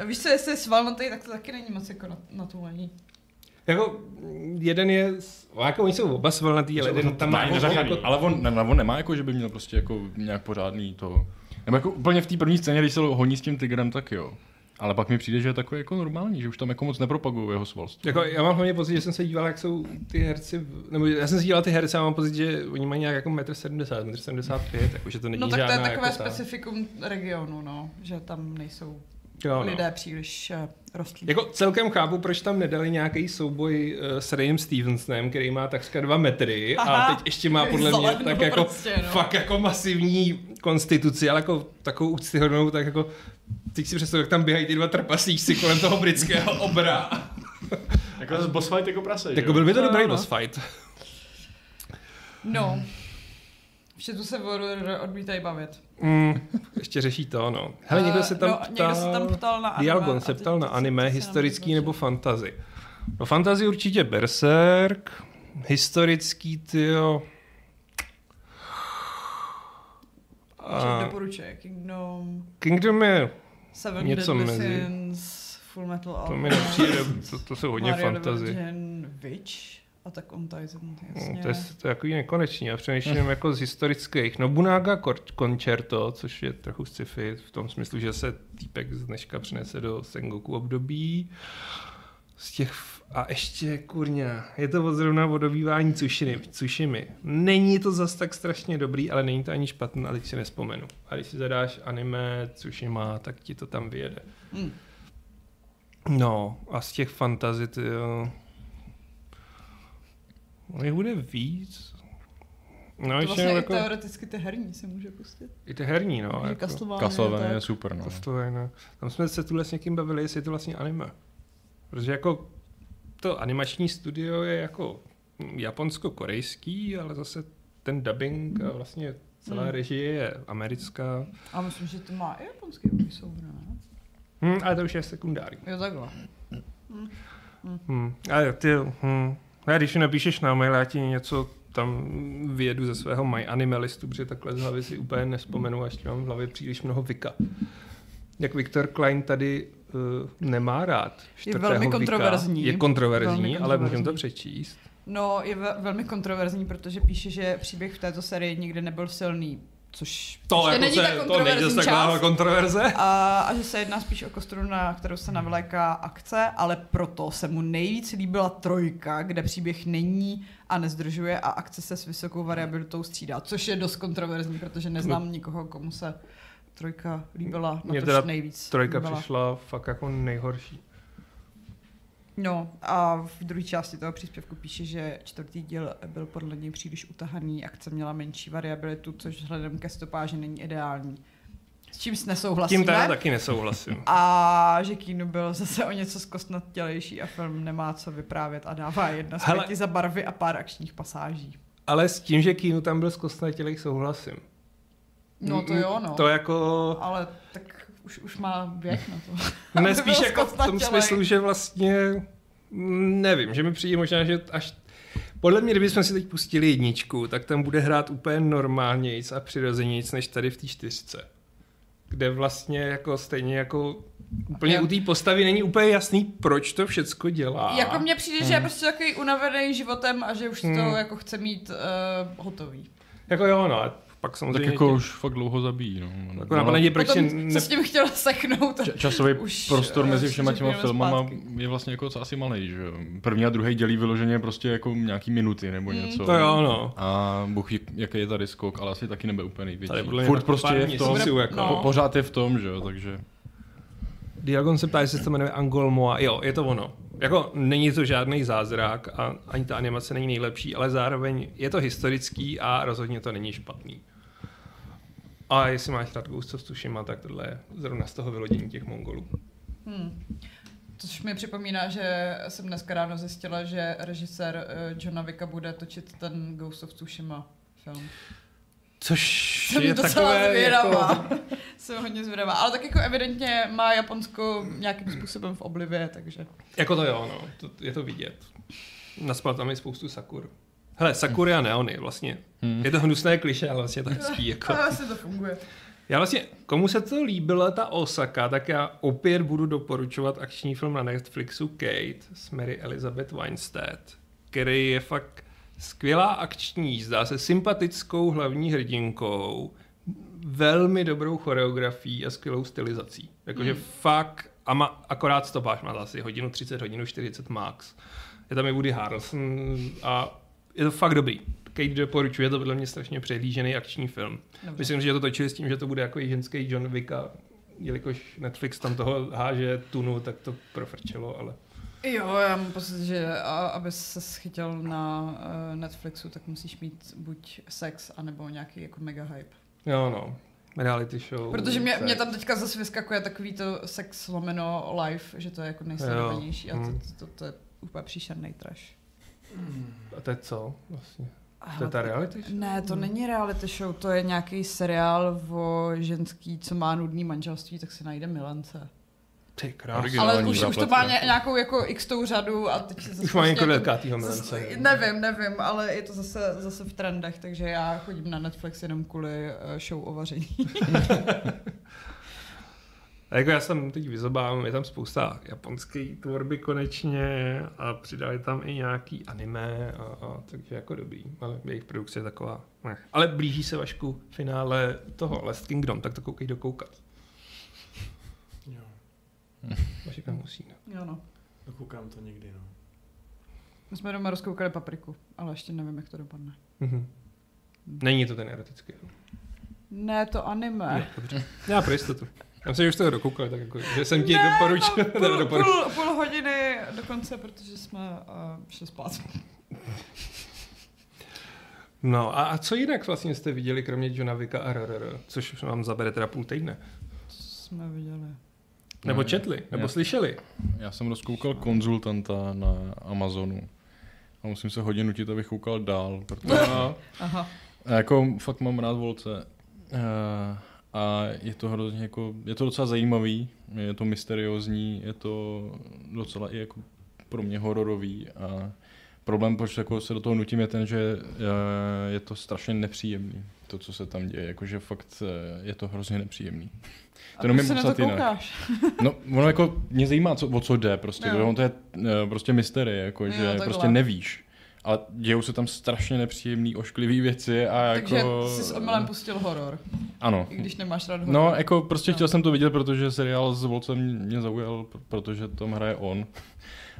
víš co, jestli je svalnatý, tak to taky není moc jako na, na tu lení.
Jako jeden je, s- o, jako oni jsou oba svalnatý, ale jeden tam má
totálně
jako,
neřachaný.
jako
Ale on, ne, on nemá jako, že by měl prostě jako nějak pořádný to... Nebo jako úplně v té první scéně, když se honí s tím tigrem, tak jo. Ale pak mi přijde, že je takový jako normální, že už tam jako moc nepropagují jeho svalstvo.
Jako, já mám hlavně pocit, že jsem se díval, jak jsou ty herci, v- nebo já jsem si díval ty herce a mám pocit, že oni mají nějak jako 1,70 m, 1,75 m, jakože jako, to není
No tak to
žádná
je takové
jako ta-
specifikum regionu, no. Že tam nejsou
Jo, no.
lidé příliš eh, rostlí.
Jako celkem chápu, proč tam nedali nějaký souboj eh, s Rayem Stevensonem, který má takřka dva metry
Aha.
a teď ještě má podle mě
Zelenou
tak jako
prostě, no.
fakt jako masivní konstituci, ale jako takovou úctyhodnou, tak jako teď si představ, jak tam běhají ty dva trpasíci kolem toho britského obra.
jako zase boss fight jako prase, že
jako
jo?
byl by to
No,
dobrý
no.
boss fight.
No. Vše tu se vor- odmítají bavit.
Mm, ještě řeší to, no. Hele,
Eh,
někdo se tam
no,
ptal...
někdo se tam ptal na anime
Dialgon
a
se
teď
ptal na
se-
anime,
teď se nám
historický
vyznačil.
nebo fantazy. No fantazy určitě Berserk, historický, tyjo...
A...
A
Doporučuji Kingdom,
Kingdom je,
Seven
Něco
Deadly
mezi.
Sins, Full Metal
to mi
Alchemist,
nepřijde, to, to jsou hodně
Mario the
fantazy.
Virgin, Witch a tak on Titan,
No,
jasně.
To je, to je takový nekonečný, já přemýšlím jako z historických. Nobunaga kor- Concerto, což je trochu sci-fi, v tom smyslu, že se týpek z dneška přinese do Sengoku období. Z těch... f- A ještě, kurňa, je to od zrovna od dobývání Tsushimi. Tsushimi. Není to zas tak strašně dobrý, ale není to ani špatný, ale teď si nespomenu. A když si zadáš anime Tsushima, tak ti to tam vyjede.
Hmm.
No, a z těch fantazy, ty jo... No, jich bude víc. No,
To
ještě
vlastně
jako...
i teoreticky ty herní se může pustit.
I ty herní, no.
No,
Jako,
Castlevania je super, no.
Castlevania. Tam jsme se tuhle s někým bavili, jestli je to vlastně anime. Protože jako to animační studio je jako japonsko-korejský, ale zase ten dubbing a vlastně celá
Mm.
režie je americká.
A myslím, že to má i japonský voiceover, ne?
Hm, ale to už je sekundární.
Jo, takhle.
Hmm. A ty, hmm. A když mi napíšeš na mail, já ti něco tam vyjedu ze svého My Anime listu, protože takhle z hlavy si úplně nespomenu, až mám v hlavě příliš mnoho Vika. Jak Viktor Klein tady uh, nemá rád. čtvrtého
velmi
Vika.
kontroverzní.
Je kontroverzní,
Velmi
ale
kontroverzní.
můžeme to přečíst.
No, je ve- velmi kontroverzní, protože píše, že příběh v této sérii nikdy nebyl silný, což ještě
tak
část.
kontroverze.
A, a že se jedná spíš o kostru, na kterou se navléká akce, ale proto se mu nejvíc líbila trojka, kde příběh není a nezdržuje a akce se s vysokou variabilitou střídá, což je dost kontroverzní, protože neznám nikoho, komu se trojka líbila na
Mně
to
No. teda
nejvíc.
Trojka
líbila.
přišla fakt jako nejhorší.
No a v druhé části toho příspěvku píše, že čtvrtý díl byl podle něj příliš utahaný, akce měla menší variabilitu, což vzhledem ke stopáži není ideální. S čím nesouhlasíme.
Tím teda taky nesouhlasím.
A že Kínu byl zase o něco zkostnatělejší a film nemá co vyprávět a dává jedna z
Hele.
pěti za barvy a pár akčních pasáží.
Ale s tím, že Kínu tam byl zkostnatělej, souhlasím.
No to jo, no.
To jako...
Ale tak už, už má věk na to.
Ne,
Aby
spíš
byl
jako v tom
zkostnatělej.
smyslu, že vlastně mm, nevím, že mi přijde možná, že až podle mě, kdybychom si teď pustili jedničku, tak tam bude hrát úplně normálnějc a přirozenějc než tady v té čtyřce. Kde vlastně jako stejně jako úplně
Já-
u té postavy není úplně jasný, proč to všecko dělá.
Jako mně přijde, že je prostě takový unavený životem a že už to
Hmm.
jako chce mít uh, hotový.
jako jo, no, a pak
Tak
samozřejmě...
jako už fakt dlouho zabíjí, no.
jako napadne, tě, proč
Potom,
si
co
ne...
s tím chtěla seknout.
Ča- Časový
Už,
už,
eh,
prostor mezi všema
už
těma
jdeme
filmama
zpátky.
je vlastně jako co asi malý, že jo. První a druhý dělí vyloženě prostě jako nějaký minuty
Mm.
nebo něco.
To jo, no.
A bůh ví, jaký je tady skok, ale asi taky nebude úplně největší.
Tady podle mě
Furt
tak
prostě
pár
je v tom,
měsíců, jako.
No,
po, pořád je v tom, že jo, takže.
Diagon se ptá, jestli se to jmenuje Angolmoa. Jo, je to ono. Jako není to žádný zázrak a ani ta animace není nejlepší, ale zároveň je to historický a rozhodně to není špatný. A jestli máš rád Ghost of Tsushima, tak tohle je zrovna z toho vylodění těch Mongolů.
Hmm. Což mi připomíná, že jsem dneska ráno zjistila, že režisér uh, Johna Vicka bude točit ten Ghost of Tsushima film.
Což
Jsem
je
docela
takové
zvědavá.
Jako,
Jsem hodně zvědavá. Ale tak jako evidentně má Japonsko nějakým způsobem v oblivě, takže...
jako to jo, no, to, je to vidět. Naspal tam je spoustu sakur. Hele, sakury a neony vlastně. Je to hnusné kliše, ale vlastně to hezký. Jako.
Ale vlastně to funguje.
Já vlastně, komu se to líbila ta Osaka, tak já opět budu doporučovat akční film na Netflixu Kate s Mary Elizabeth Weinstedt, který je fakt skvělá akční jízda se sympatickou hlavní hrdinkou, velmi dobrou choreografií a skvělou stylizací. Jakože mm. fakt, a má, akorát stopáž má asi hodinu 30, hodinu 40 max. Je tam i Woody Harrelson a je to fakt dobrý. Kate doporučuje, je to podle mě strašně přehlížený akční film.
Dobře.
Myslím, že to točili s tím, že to bude jako i ženský John Wick a jelikož Netflix tam toho háže tunu, tak to profrčelo, ale
Jo, já mám pocit, že a, aby se schytil na eh, Netflixu, tak musíš mít buď sex, anebo nějaký jako mega hype.
jo no, reality show.
Protože mě,
sex.
mě tam teďka zase vyskakuje takový to sex lomeno live, že to je jako nejsledovanější a to,
Mm.
to, to, to je úplně příšerný trash.
A to je co vlastně?
A
To je ta reality show?
Ne, to není reality show, to je nějaký seriál o ženský, co má nudný manželství, tak si najde milence.
Ty krásný.
Originální
Ale už, už to má
zápletka.
ně, nějakou jako x tou řadu a teď se zase
Už má
prostě
několik
jako-
velkátýho
Zas-
milence.
Nevím, nevím, ale je to zase, zase v trendech, takže já chodím na Netflix jenom kvůli eh, show o vaření.
A jako já jsem teď vyzobávám, je tam spousta japonské tvorby konečně a přidali tam i nějaký anime, a, a, takže jako dobrý, ale jejich produkce je taková. Ne. Ale blíží se Vašku finále toho Last Kingdom, tak to koukej dokoukat.
Jo,
Vašek nemusí. Ne?
jo no.
dokoukám to někdy, no.
My jsme doma rozkoukali papriku, ale ještě nevím, jak to dopadne.
Mhm. Není to ten erotický.
Ne, to anime.
Ne, dobře. Já pro jistotu. Já myslím, že už jste ho dokoukali, tak jako, že jsem ti
Ne,
doporučil.
no,
teda
Půl,
doporučil.
půl, půl hodiny dokonce, protože jsme uh, šli spát.
No a, a co jinak vlastně jste viděli, kromě Johna Vika a RRR, což už vám zabere teda půl týdne.
Co jsme viděli?
Nebo
Ne.
četli, nebo
Já-
slyšeli.
Já jsem rozkoukal konzultanta na Amazonu. A musím se hodně nutit, abych koukal dál, protože
No.
Aha.
A jako fakt mám rád volce. Eh, A je to hrozně jako, je to docela zajímavý, je to mysteriózní, je to docela i jako pro mě hororový a problém, proč jako se do toho nutím, je ten, že eh, je to strašně nepříjemný, to, co se tam děje, jakože fakt eh, je to hrozně nepříjemný.
A
To
proč
jenom
se
je
na to
popsat jinak.
koukáš?
No, ono jako mě zajímá, co, o co jde prostě,
Jo.
no. ono to je eh, prostě mystery, jako,
Jo,
že
takhle.
prostě nevíš. Ale dějou se tam strašně nepříjemné, ošklivé věci a jako...
Takže jsi s omylem pustil horor,
Ano.
i když nemáš rád horor.
No, jako prostě
No.
chtěl jsem to vidět, protože seriál s Volcem mě zaujal, pr- protože tam hraje on.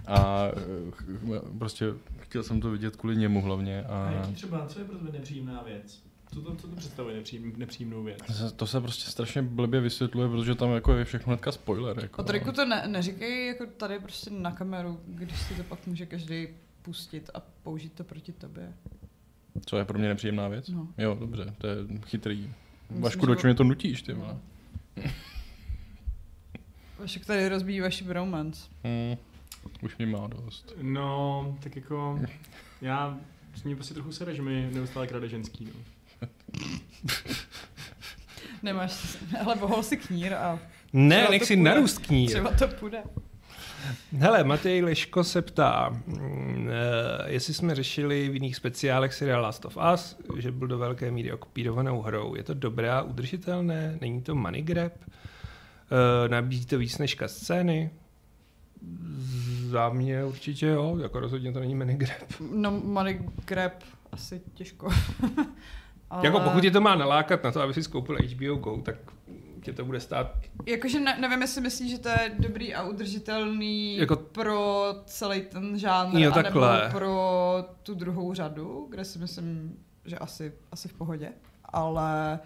A eh, ch- ch- prostě chtěl jsem to vidět kvůli němu hlavně.
A
A
jaký třeba, co je pro tebe nepříjemná věc? Co to, co to představuje nepřím, nepříjemnou věc?
to se- to se prostě strašně blbě vysvětluje, protože tam jako je všechno hnedka spoiler. Jako.
Patriku, to ne, neříkej jako tady prostě na kameru, když si to pak může každý pustit a použít to proti tobě.
Co je pro mě nepříjemná věc?
No.
Jo, dobře, to je chytrý.
Myslím,
Vašku,
že
do
to- No.
mě to nutíš, ty vole?
Vašek tady rozbíjí vaši bromance.
Hmm. Už mě má dost.
No, tak jako, já s ním prostě trochu sere, že mi neustále krade ženský, no.
Nemáš, ale bohol si knír a
Ne,
Třeba
nech
to
si
půjde.
narůst knír.
třeba to půjde.
Hele, Matěj Leško se ptá, mm, eh, jestli jsme řešili v jiných speciálech seriál Last of Us, že byl do velké míry okupírovanou hrou. Je to dobré a udržitelné? Není to money grab? Eh, Nabízí to víc než scény? Za mě určitě jo, jako rozhodně to není money grab.
No, money grab asi těžko. ale...
Jako pokud tě to má nalákat na to, aby si koupil HBO Go, tak tě to bude stát
Jakože ne, nevím, jestli myslíš, že to je dobrý a udržitelný
Jako-
jako... pro celý ten žánr,
Jo,
anebo
takhle.
pro tu druhou řadu, kde si myslím, že asi, asi v pohodě, ale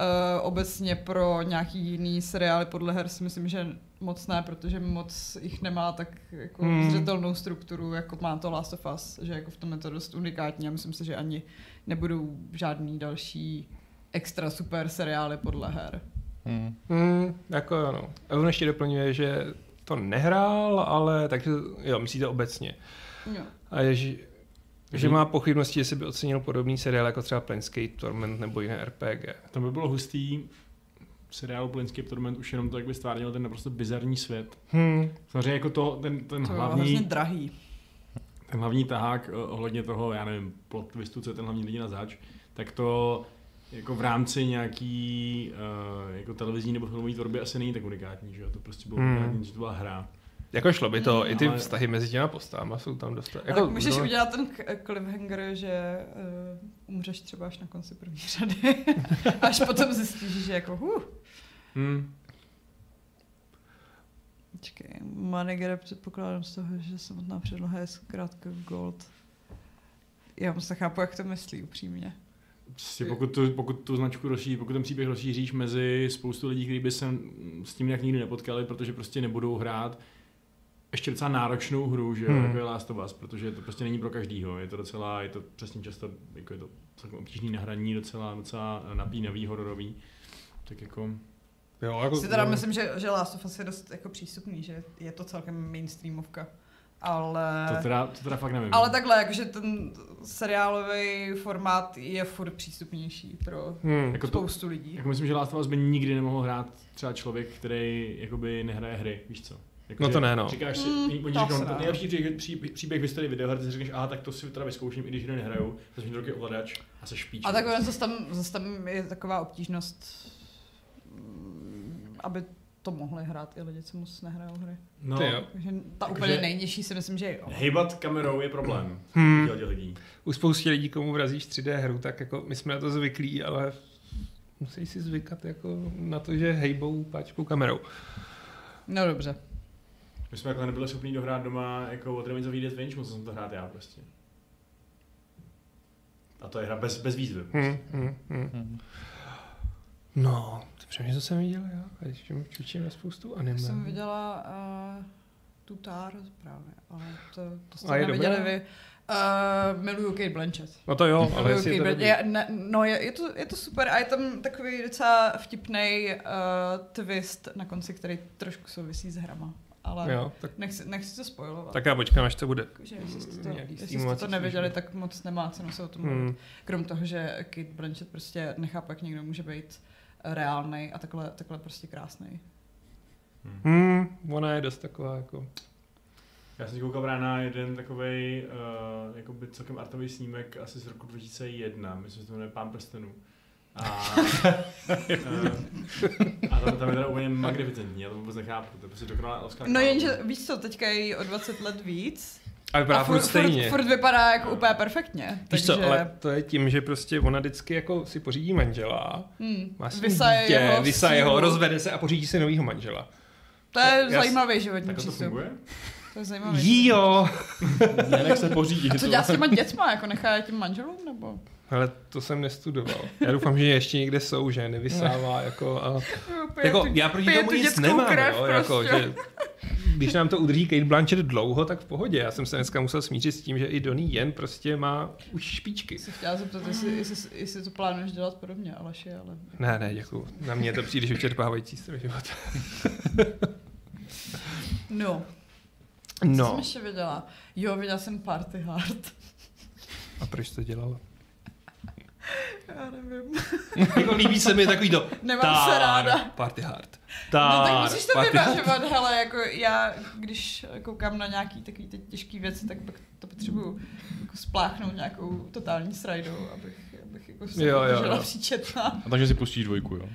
Uh, obecně pro nějaký jiný seriály podle her si myslím, že moc ne, protože moc jich nemá tak jako hmm. zřetelnou strukturu, jako má to Last of Us, že jako v tom je to dost unikátní a myslím si, že ani nebudou žádný další extra super seriály podle her.
Hm,
Hmm. Hmm, jako jo, no. A on ještě doplňuje, že to nehrál, ale takže jo, myslíte obecně.
Jo.
A ježi, že má pochybnosti, jestli by ocenil podobný seriál jako třeba Planescape Torment nebo jiné RPG.
To by bylo hustý seriálu Planescape Torment už jenom to, jak by stvárnil ten naprosto bizarní svět.
Hmm.
Samozřejmě jako to, ten, ten
To bylo
hlavní,
hrozně drahý.
ten hlavní tahák eh, ohledně toho, já nevím, plot twistu, co je ten hlavní lidi na zač, tak to jako v rámci nějaký eh, jako televizní nebo filmové tvorby asi není tak unikátní, že jo? To prostě bylo
Hmm.
unikátní, že to byla hra.
Jako šlo by to, i ty
ale-
vztahy mezi těma postavama jsou tam dost...
Jako,
Jako,
tak můžeš
no,
udělat ten k- cliffhanger, že uh, umřeš třeba až na konci první řady. až potom zjistíš, že jako huh,
Hmm.
Počkej, Manigere předpokládám z toho, že samotná předloha je zkrátka gold. Já moc nechápu, jak to myslí upřímně.
Prostě pokud, tu, pokud tu značku rozšíří, pokud ten příběh rozšíříš mezi spoustu lidí, kteří by se mm, s tím nějak nikdy nepotkali, protože prostě nebudou hrát ještě docela náročnou hru, že jo,
Hmm.
jako je Last of Us, protože to prostě není pro každýho, je to docela, je to přesně často, jako je to celkem obtížný nahraní, docela, docela napínavý, hororový, tak jako,
jo, jako,
Si
no.
teda myslím, že, že Last of Us je dost jako přístupný, že je to celkem mainstreamovka. Ale...
to teda, to teda fakt nevím.
Ale takhle, jakože ten seriálový formát je furt přístupnější pro
Hmm.
jako to,
spoustu lidí.
jako myslím, že Last of Us by nikdy nemohl hrát třeba člověk, který jakoby nehraje hry, víš co? Jako,
No
že
to ne, no.
Říkáš si,
Mm,
mm, oni
to
říkají,
se
to
dá.
nejlepší příběh, pří- příběh v historii videoher, ty si říkáš, aha, tak to si teda vyzkouším, i když hry nehraju, vezmi do ruky ovladač a se špíč.
A tak ono zase tam, zase tam je taková obtížnost, mm, aby to mohli hrát i lidi, co moc nehrajou hry.
no,
Ty jo.
Takže ta
Takže-
úplně nejnižší si myslím, že je
hejbat kamerou je problém.
Hmm.
Dělat lidí.
U spousty lidí, komu vrazíš 3D hru, tak jako my jsme na to zvyklí, ale musí si zvykat jako na to, že hejbou páčkou kamerou.
No dobře.
My jsme takhle nebyli schopni dohrát doma jako od Remains of Edith Finch, musel jsem to hrát já prostě. A to je hra bez, bez výzvy.
Hmm, hmm, hmm.
hm.
No, to přemýšlím, co jsem viděl já. A ještě čučím na spoustu anime.
Já jsem viděla uh, tu tár právě, ale to, to
A
jste
je
neviděli
dobrá?
vy. Uh, miluju Kate Blanchett.
No to jo, ale
Ale
jestli
okay,
je to
je
dobrý.
je, ne, no, je, je, to, je to super a je tam takový docela vtipný uh, twist na konci, který trošku souvisí s hrama. Ale
Jo, tak,
nechci, nechci to spojovat.
tak já počkám, až to bude.
Že jestli jste to,
Nějaký
jestli jste
streamovací
to nevěděli,
služby.
tak moc nemá cenu se o tom mluvit.
Hmm.
Krom toho, že Kate Blanchett prostě nechápe, jak někdo může být reálný a takhle, takhle prostě krásný.
Mm.
Hmm, ona je dost taková jako...
Já jsem koukal právě na jeden takový uh, jakoby celkem artový snímek asi z roku 2001, myslím, že se to jmenuje Pán prstenů. A, eh, a tam, tam je teda úplně magnificentní, já to vůbec nechápu, to je prostě dokonalá elfská
No
královna.
jenže víš co, teďka je jí o 20 let víc
A vypadá
a
furt,
furt,
stejně.
furt, furt vypadá jako úplně perfektně.
Víš
Takže,
co, ale to je tím, že prostě ona vždycky jako si pořídí manžela,
hmm,
má svý
vysaje
dítě,
jeho,
vysaje ho,
sílu.
rozvede se a pořídí si novýho manžela.
To je
Já-
zajímavý životní
Takhle to
přístup.
funguje?
To je zajímavý.
Jo!
Ne, nech se pořídí.
A co dělá s těma dětma? Jako nechá je tím manželům? Nebo?
Ale to jsem nestudoval. Já doufám, že ještě někde jsou, že nevysává jako a... Jako, já proti
pije
tomu
tu
nic
dětskou
nemám,
krev
jo, jako,
prostě.
že když nám to udrží Kate Blanchett dlouho, tak v pohodě. Já jsem se dneska musel smířit s tím, že i Donnie Yen prostě má už špičky.
Se chtěla zeptat, jestli, jestli, jestli to plánuješ dělat podobně, Aleši, ale...
Ne, ne, děkuju. Na mě je to příliš vyčerpávající stroj života.
No, no. jsem
No,
ještě viděla. Jo, viděla jsem Party Hard.
a proč to dělala?
Já nevím.
Jako líbí se mi takový to
Nemám se ráda.
Party hard.
No
Tár,
tak musíš to
party hard.
vyvažovat, hele, jako já, když koukám na nějaký takový ty těžký věci, tak pak to potřebuju jako spláchnout nějakou totální srajdou, abych, abych jako se
Jo, jo,
držela
jo.
příčetná.
A takže si pustíš dvojku, jo?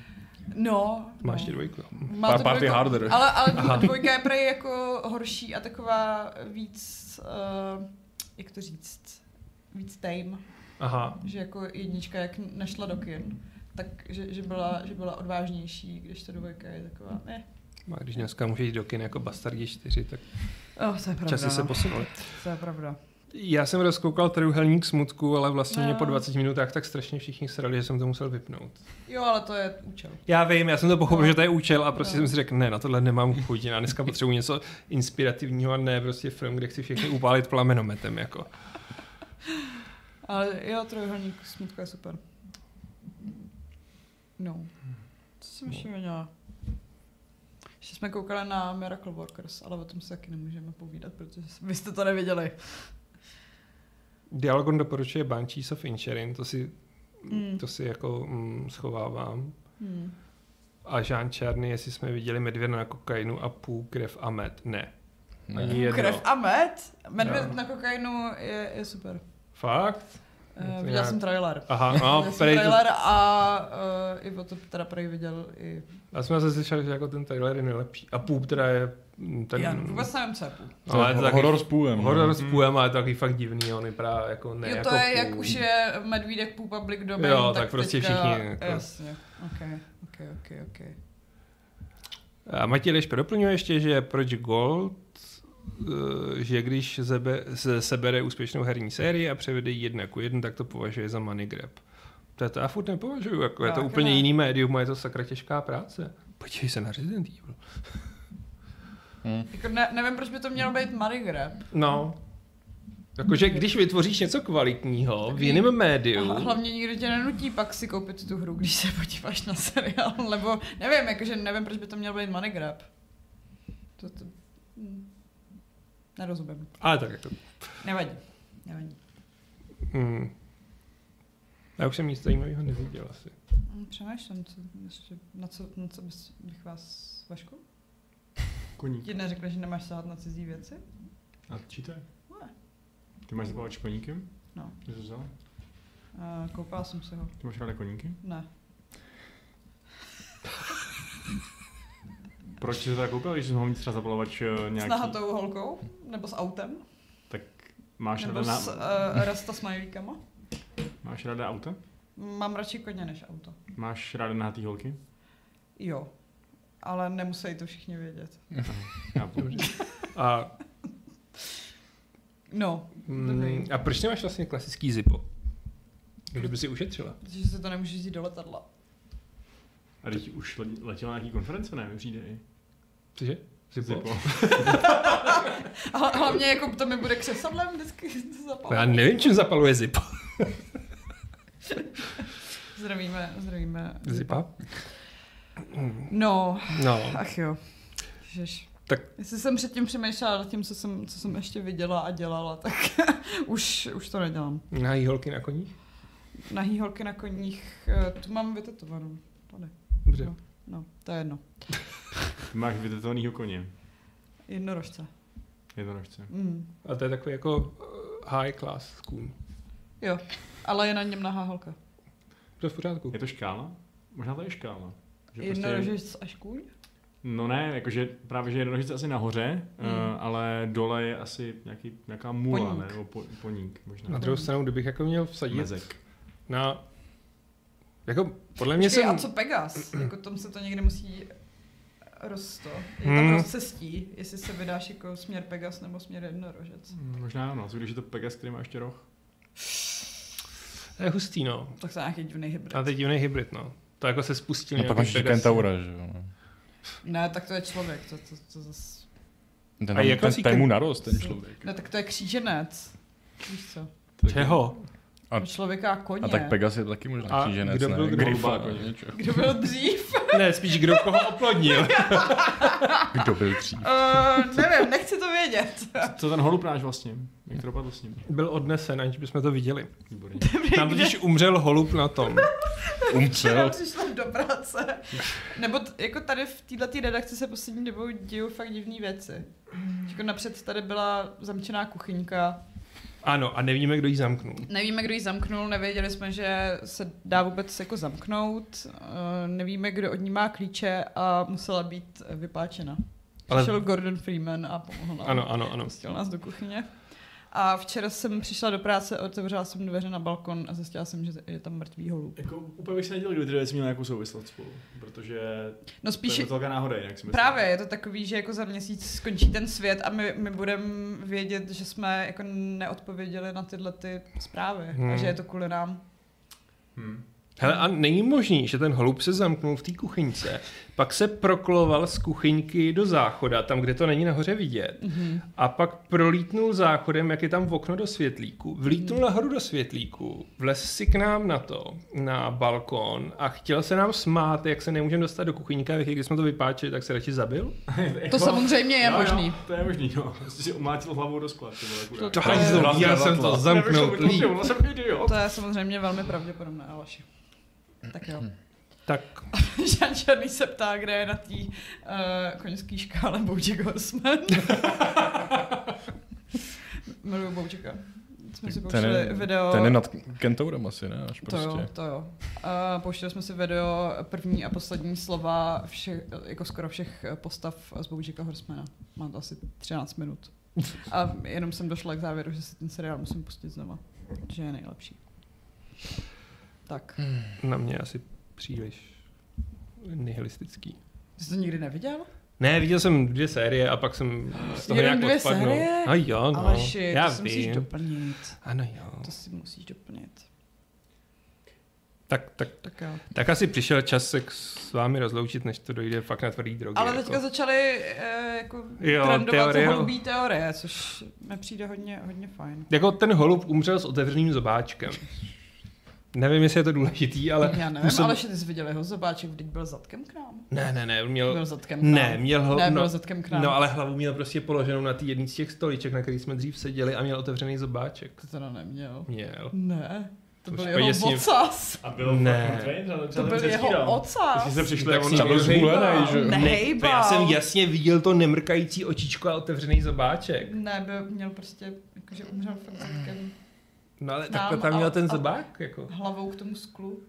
No.
Máš
no.
tě dvojku. jo.
Má
Pár
to
party
dvojku,
harder.
Ale, ale dvojka je prej jako horší a taková víc, uh, jak to říct, víc tame,
Aha.
že jako jednička, jak nešla do kin, tak že, že, byla, že byla odvážnější, když ta dvojka je taková, ne.
A když dneska můžeš jít do kin jako Bastardi 4, tak
Oh, to je pravda.
no. časy se posunuly.
To je pravda.
Já jsem rozkoukal trojuhelník smutku, ale vlastně mě po
No.
20 minutách tak strašně všichni srali, že jsem to musel vypnout.
Jo, ale to je účel.
Já vím, já jsem to pochopil,
No.
že to je účel a prostě
No.
jsem si řekl, ne, na tohle nemám chuť, na dneska potřebuji něco inspirativního a ne prostě film, kde chci všechny upálit plamenometem, jako.
Ale jo, trojuhelník smutku je super. No. Co jsem ještě měla? Ještě jsme koukali na Miracle Workers, ale o tom si taky nemůžeme povídat, protože vy jste to neviděli.
Dialogon doporučuje Banshees of Incherin, to si,
Mm.
to si jako mm, schovávám.
Hmm.
A Jean Černý, jestli jsme viděli medvěda na kokainu a půl krev a med. Ne.
Ne.
Jedno.
Krev a med? Medvěd
No.
na kokainu je, je super.
Fakt?
Uh,
To
viděl
já-
jsem trailer.
Aha,
No,
no,
jsem
prej, to,
trailer a uh, i o to teda prej viděl i...
já jsem zase slyšel, že jako ten trailer je nejlepší. A půl teda je mm,
Ten...
ten...
Já vůbec nevím, co je půl.
To
ale
je
to
ho-
taky-
horor s půlem. no.
Horor s půjem, ale je to takový fakt divný, on vypadá jako ne
Ne, jo,
jako
to je,
půl.
jak už je medvídek půl public domain,
Jo, tak prostě
teďka... Eh,
všichni jako-
Jasně, ok, ok, ok, ok.
A Matěj Liška doplňuje ještě, že proč Gold, eh, že když zebe, se, sebere úspěšnou herní sérii a převede ji jedna ku jeden, tak to považuje za money grab. To já to já furt nepovažuju, jako je to
Tak,
úplně
ne.
jiný médium a je to sakra těžká práce. Podívej se na Resident Evil.
Jako ne, nevím, proč by to mělo být Marie Grab.
No. Jakože když vytvoříš něco kvalitního v jiném
A
médiu,
hlavně nikdo tě nenutí pak si koupit tu hru, když se podíváš na seriál, nebo nevím, jakože nevím, proč by to mělo být Money Grab. To, to... hm. Nerozumím.
ale tak jako.
Nevadí. Nevadí.
Hmm. Já už jsem nic zajímavého neviděl asi.
Hm, Přemýšlím, co, ještě, na co, na co bys- bych vás, Vašku?
Koník.
Ti neřekla, že nemáš sahat na cizí věci?
A číte?
Ne.
Ty máš zabavač koníkem?
No.
Ty jsi vzala?
A koupila jsem si ho.
Ty máš ráda koníky?
Ne.
Proč jsi to tak koupil, když jsi mohl mít třeba zabalovač eh,
S
nějaký?
nahatou holkou? Nebo s autem?
Máš
nebo
ráda, na...
s uh, rasta s majlíkama?
máš ráda auta?
Mám radši koně než auto.
Máš ráda nahatý holky?
Jo. Ale nemusí to všichni vědět.
Chápu.
A
No,
Mm,
Dobrý.
a proč nemáš vlastně klasický zipo? Kdyby si ušetřila.
protože se to nemůže jít do letadla.
A teď už le- letěla nějaký konference, ne? Mi přijde i.
Cože? Zipo? zipo.
Zipo.
A hla- hlavně jako to mi bude křesadlem vždycky to zapalí.
Jako Já nevím, čím zapaluje zipo.
Zdravíme, zdravíme.
Zipa?
No,
No.
ach jo. Žeš.
Tak-
Jestli jsem předtím přemýšlela nad tím, co jsem, co jsem ještě viděla a dělala, tak už, už to nedělám.
Nahají holky na koních?
Nahý holky na koních, eh, tu mám vytetovanou. Tady.
Dobře.
No, to je jedno.
Ty máš vytetovanýho koně.
Jednorožce.
Je to nožce.
Mm.
A to je takový jako eh, high class kůň.
Ale je na něm nahá holka.
To je v pořádku.
Je to škála? Možná to je škála. Že
prostě-
prostě-
Jednorožec až kůň?
No ne, jakože právě, že jednorožec je asi nahoře,
Mm.
mm. ale dole je asi nějaký, nějaká mula,
Poník.
ne? Nebo po, poník možná.
Na druhou stranu, kdybych jako měl vsadit
Mezek.
na... Jako, podle mě
Počkej,
jsem...
a co Pegas? jako tam se to někde musí rosto. Je tam
Hmm.
hmm. rozcestí, jestli se vydáš jako směr Pegas nebo směr jednorožec.
Hmm.
Mm, Možná ano, co když je to Pegas, který má ještě roh?
To je hustý, no.
Tak to je nějaký divný hybrid.
A to je divný hybrid, no. To jako se spustil
No pak máš ještě
Pegasus.
kentaura, že jo. no.
Ne, tak to je člověk. To, to, to zas...
Ten,
A jako
tam-
jak
ten,
nosí
ten
ken-
mu narost, ten člověk.
Ne, No tak to je kříženec. Víš co?
Čeho?
A-
A člověka a koně.
A tak Pegas je taky
A
možná kříženec,
kdo byl
ne?
kdo?
Grifa,
Koně.
něco.
Kdo byl dřív?
Ne, spíš kdo koho oplodnil.
Kdo byl dřív?
uh, nevím, nechci to vědět.
Co ten holub náš vlastně? Jak to dopadlo s ním?
Byl odnesen, aniž bychom to viděli.
Výborně.
Tam totiž umřel holub na tom.
Včera
Um,
Umřel.
přišla do práce. Nebo t- jako tady v této redakci se poslední dobou dějou fakt divné věci. Jako napřed tady byla zamčená kuchyňka.
Ano, a nevíme, kdo ji zamknul.
Nevíme, kdo ji zamknul, nevěděli jsme, že se dá vůbec jako zamknout. Eh, Nevíme, kdo od ní má klíče a musela být eh, vypáčena.
Ale-
Přišel Gordon Freeman a pomohl nám.
Ano, ano, ano.
Pustil nás do kuchyně. A včera jsem přišla do práce, otevřela jsem dveře na balkon a zjistila jsem, že je tam mrtvý holub.
Jako úplně bych se nedělal, kdyby ty věci měly nějakou souvislost spolu, protože
No
to
spíš,
je velká náhoda jinak si myslím.
Právě je to takový, že jako za měsíc skončí ten svět a my, my budeme vědět, že jsme jako neodpověděli na tyhle ty zprávy hmm. a
Hmm.
že je to kvůli nám.
Hm.
Hele, a není možný, že ten holub se zamknul v té kuchyňce, pak se prokloval z kuchyňky do záchoda, tam, kde to není nahoře vidět, mm-hmm.
Mhm.
a pak prolítnul záchodem, jak je tam v okno do světlíku, vlítnul nahoru do světlíku, vlez si k nám na to, na balkon a chtěl se nám smát, jak se nemůžeme dostat do kuchyňka, jak když jsme to vypáčili, tak se radši zabil?
To samozřejmě je
Jako Jo,
možný.
Jo, to je možný, no. Prostě si umlátil hlavou do skla. ty vole, kurá.
To-
měl jsem to
Nevyšlo mi
zamknout
to,
líp.
ty vole, jsem idiot.
To je samozřejmě velmi pravděpodobné, Aleši. Tak jo.
Tak
Žan Černý se ptá, kde je na té uh, koňský škále Bojack Horseman. Miluju Bojacka. Jsme si
Ten
pouštěli
je,
video.
ten je nad Kentourem asi, ne? Až
To jo,
prostě.
to jo. Uh, pouštěli jsme si video první a poslední slova všech, jako skoro všech postav z Bojacka Horsemana. Má to asi 13 minut. A jenom jsem došla k závěru, že si ten seriál musím pustit znova. Že je nejlepší. Tak.
Hmm.
na mě asi příliš nihilistický.
Jsi to nikdy neviděl?
Ne, viděl jsem dvě série a pak jsem z toho
Jenom
nějak
dvě
odpadnul.
série?
No jo, no.
Aleši,
já
to si musíš
vím.
doplnit.
Ano jo.
To si musíš doplnit.
Tak, tak,
Tak jo.
tak asi přišel čas se k- s vámi rozloučit, než to dojde fakt na tvrdý drogy.
Ale
jako.
teďka začaly eh, jako
Jo,
jo, trendovat
teorie. no.
teorie. holubí teorie, což mi přijde hodně, hodně fajn.
Jako ten holub umřel s otevřeným zobáčkem. Nevím, jestli je to důležitý, ale...
Já nevím,
působ-
ale že ty jsi viděl jeho zobáček, vždyť byl zadkem k nám.
Ne, ne, ne, měl...
Byl zadkem k nám.
Ne, měl ho...
ne,
no,
byl zadkem k nám.
no, ale hlavu měl prostě položenou na té jedný z těch stoliček, na který jsme dřív seděli a měl otevřený zobáček.
To teda neměl.
Měl.
Ne, to
To
byl
už
jeho
pojď s ním.
ocas.
A bylo
Ne.
fucking train, ale
To
třeba
byl
ten
jeho
předstíral.
ocas.
Když jste přišli,
Tak
jak
si
on
to byl
zhulený, jako že jo?
to já
Nehejbal.
jsem jasně viděl to nemrkající očičko a otevřený zobáček.
Ne, byl, měl prostě, jakože umřel fakt zadkem
No ale
Mám
takhle tam
a-
měl ten
a-
zobák, jako.
hlavou k tomu sklu.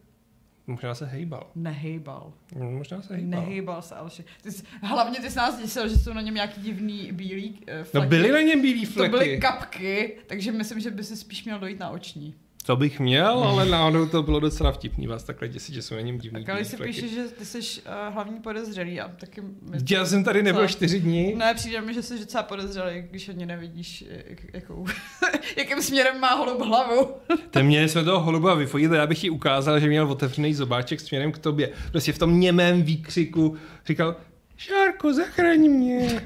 Možná se hejbal.
Nehejbal.
No, Možná se hejbal.
Nehejbal se, Alši. Ty jsi, hlavně ty jsi nás děsil, že jsou na něm nějaký divný bílý eh,
No
fleky.
byly na něm bílý
To
fleky.
byly kapky, takže myslím, že by si spíš měl dojít na oční.
To bych měl, ale náhodou to bylo docela vtipný vás takhle děsit, že jsou na něm divný
Tak ale
bílý
si
fleky.
píše, že ty jsi uh, hlavní podezřelý a taky... My...
Já jsem tady nebyl
Co? No.
čtyři dní.
Ne, přijde mi, že jsi docela podezřelý, když ani nevidíš, eh, jak, jakou, jakým směrem má holub hlavu.
Ten mě jsme toho holuba vyfotili, já bych jí ukázal, že měl otevřený zobáček směrem k tobě. Prostě v tom němém výkřiku říkal, Šárko, zachraň mě.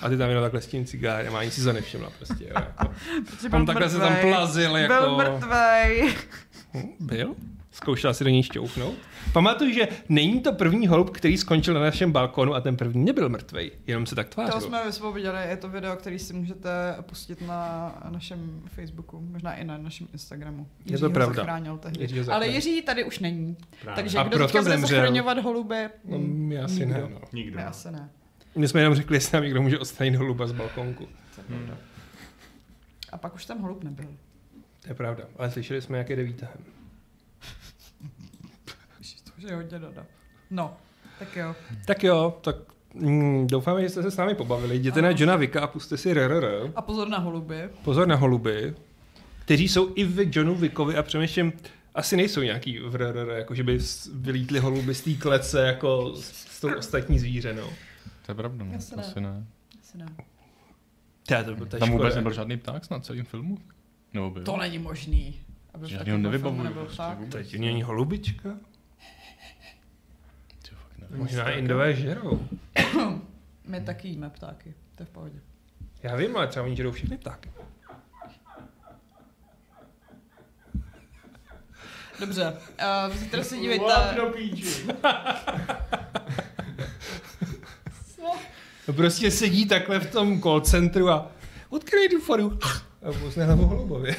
A ty tam jenom takhle s tím cigárem a ani si to nevšimla prostě. Jo, jako.
Protože
On takhle se tam
mrtvej.
plazil jako...
Byl mrtvej.
Hm, Byl? Zkoušela si do něj šťoufnout? Pamatuj, že není to první holub, který skončil na našem balkonu a ten první nebyl mrtvej, jenom se tak
To
tvářil.
jsme vysvobodili, je to video, který si můžete pustit na našem Facebooku, možná i na našem Instagramu.
to
Jiří ho
pravda.
Zachránil tehdy.
Jiří ho
Ale
zachránil.
Jiří tady už není,
Právě.
takže
A
kdo
proto
teďka bude
zemřel.
zachraňovat holuby? Mm,
No, já si ne, no.
Nikdo.
Já se ne.
My jsme jenom řekli, jestli nám někdo může odstranit holuba z balkonku.
Hm.
A pak už tam holub nebyl.
To je pravda, ale slyšeli jsme, jak jde výtahem.
Ježiš, to už je hodně doda. No, tak jo.
Tak jo, tak mm, doufáme, že jste se s námi pobavili. Jděte na
Ano.
Johna Vika a puste si RRR.
A pozor na holuby.
Pozor na holuby, kteří jsou i v Johnu Vickovi a přemýšlím, asi nejsou nějaký v RRR, jako že by s- vylítly holuby z té klece jako s, s tou ostatní zvířenou.
To je pravda, no.
Asi
Asi
ne.
ne.
Asi ne.
Já to, to je
Tam vůbec
škoda.
nebyl žádný pták snad celým filmu? Nebo byl?
To není možný. Aby
Žádný ho
takovém
nevybavuju.
filmu nebyl
Prostě
tak.
vůbec.
To je divný, ani holubička?
Ty fakt nevím.
Možná indové žerou.
My taky jíme ptáky, to je v pohodě.
Já vím, ale třeba oni žerou všechny tak.
Dobře, uh, zítra si
Volá
dívejte.
do píči.
No prostě sedí takhle v tom call centru a odkryj tu foru. A pouzne hlavu holubově.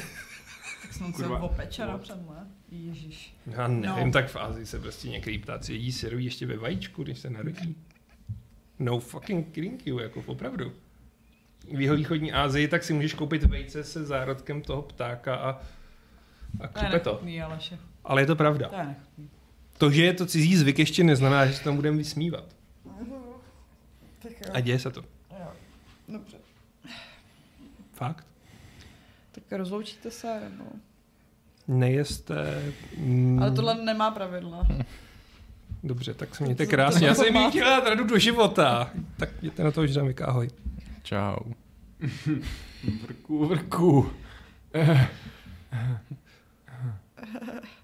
Snad se
Kurva.
opeče napřed, ne? Ježiš.
Já nevím,
No.
no. tak v Azii se prostě některý ptáci jedí syru ještě ve vajíčku, když se narodí. No fucking kidding you, jako opravdu. V jeho východní Asii tak si můžeš koupit vejce se zárodkem toho ptáka a, a
To je
křupe to.
nechutný, Aleši.
Ale je to pravda.
To je nechutný.
To, že je to cizí zvyk, ještě neznamená, že se tam budeme vysmívat.
Tak
A děje se to.
jo. Dobře.
Fakt?
Tak rozloučíte se, nebo...
Nejeste... Mm,
Ale tohle nemá pravidla.
Dobře, tak se mějte krásně. Já jsem jí chtěla radu do života. Tak jděte na to, že dám ahoj.
Čau.
Vrku, vrku.
Uh.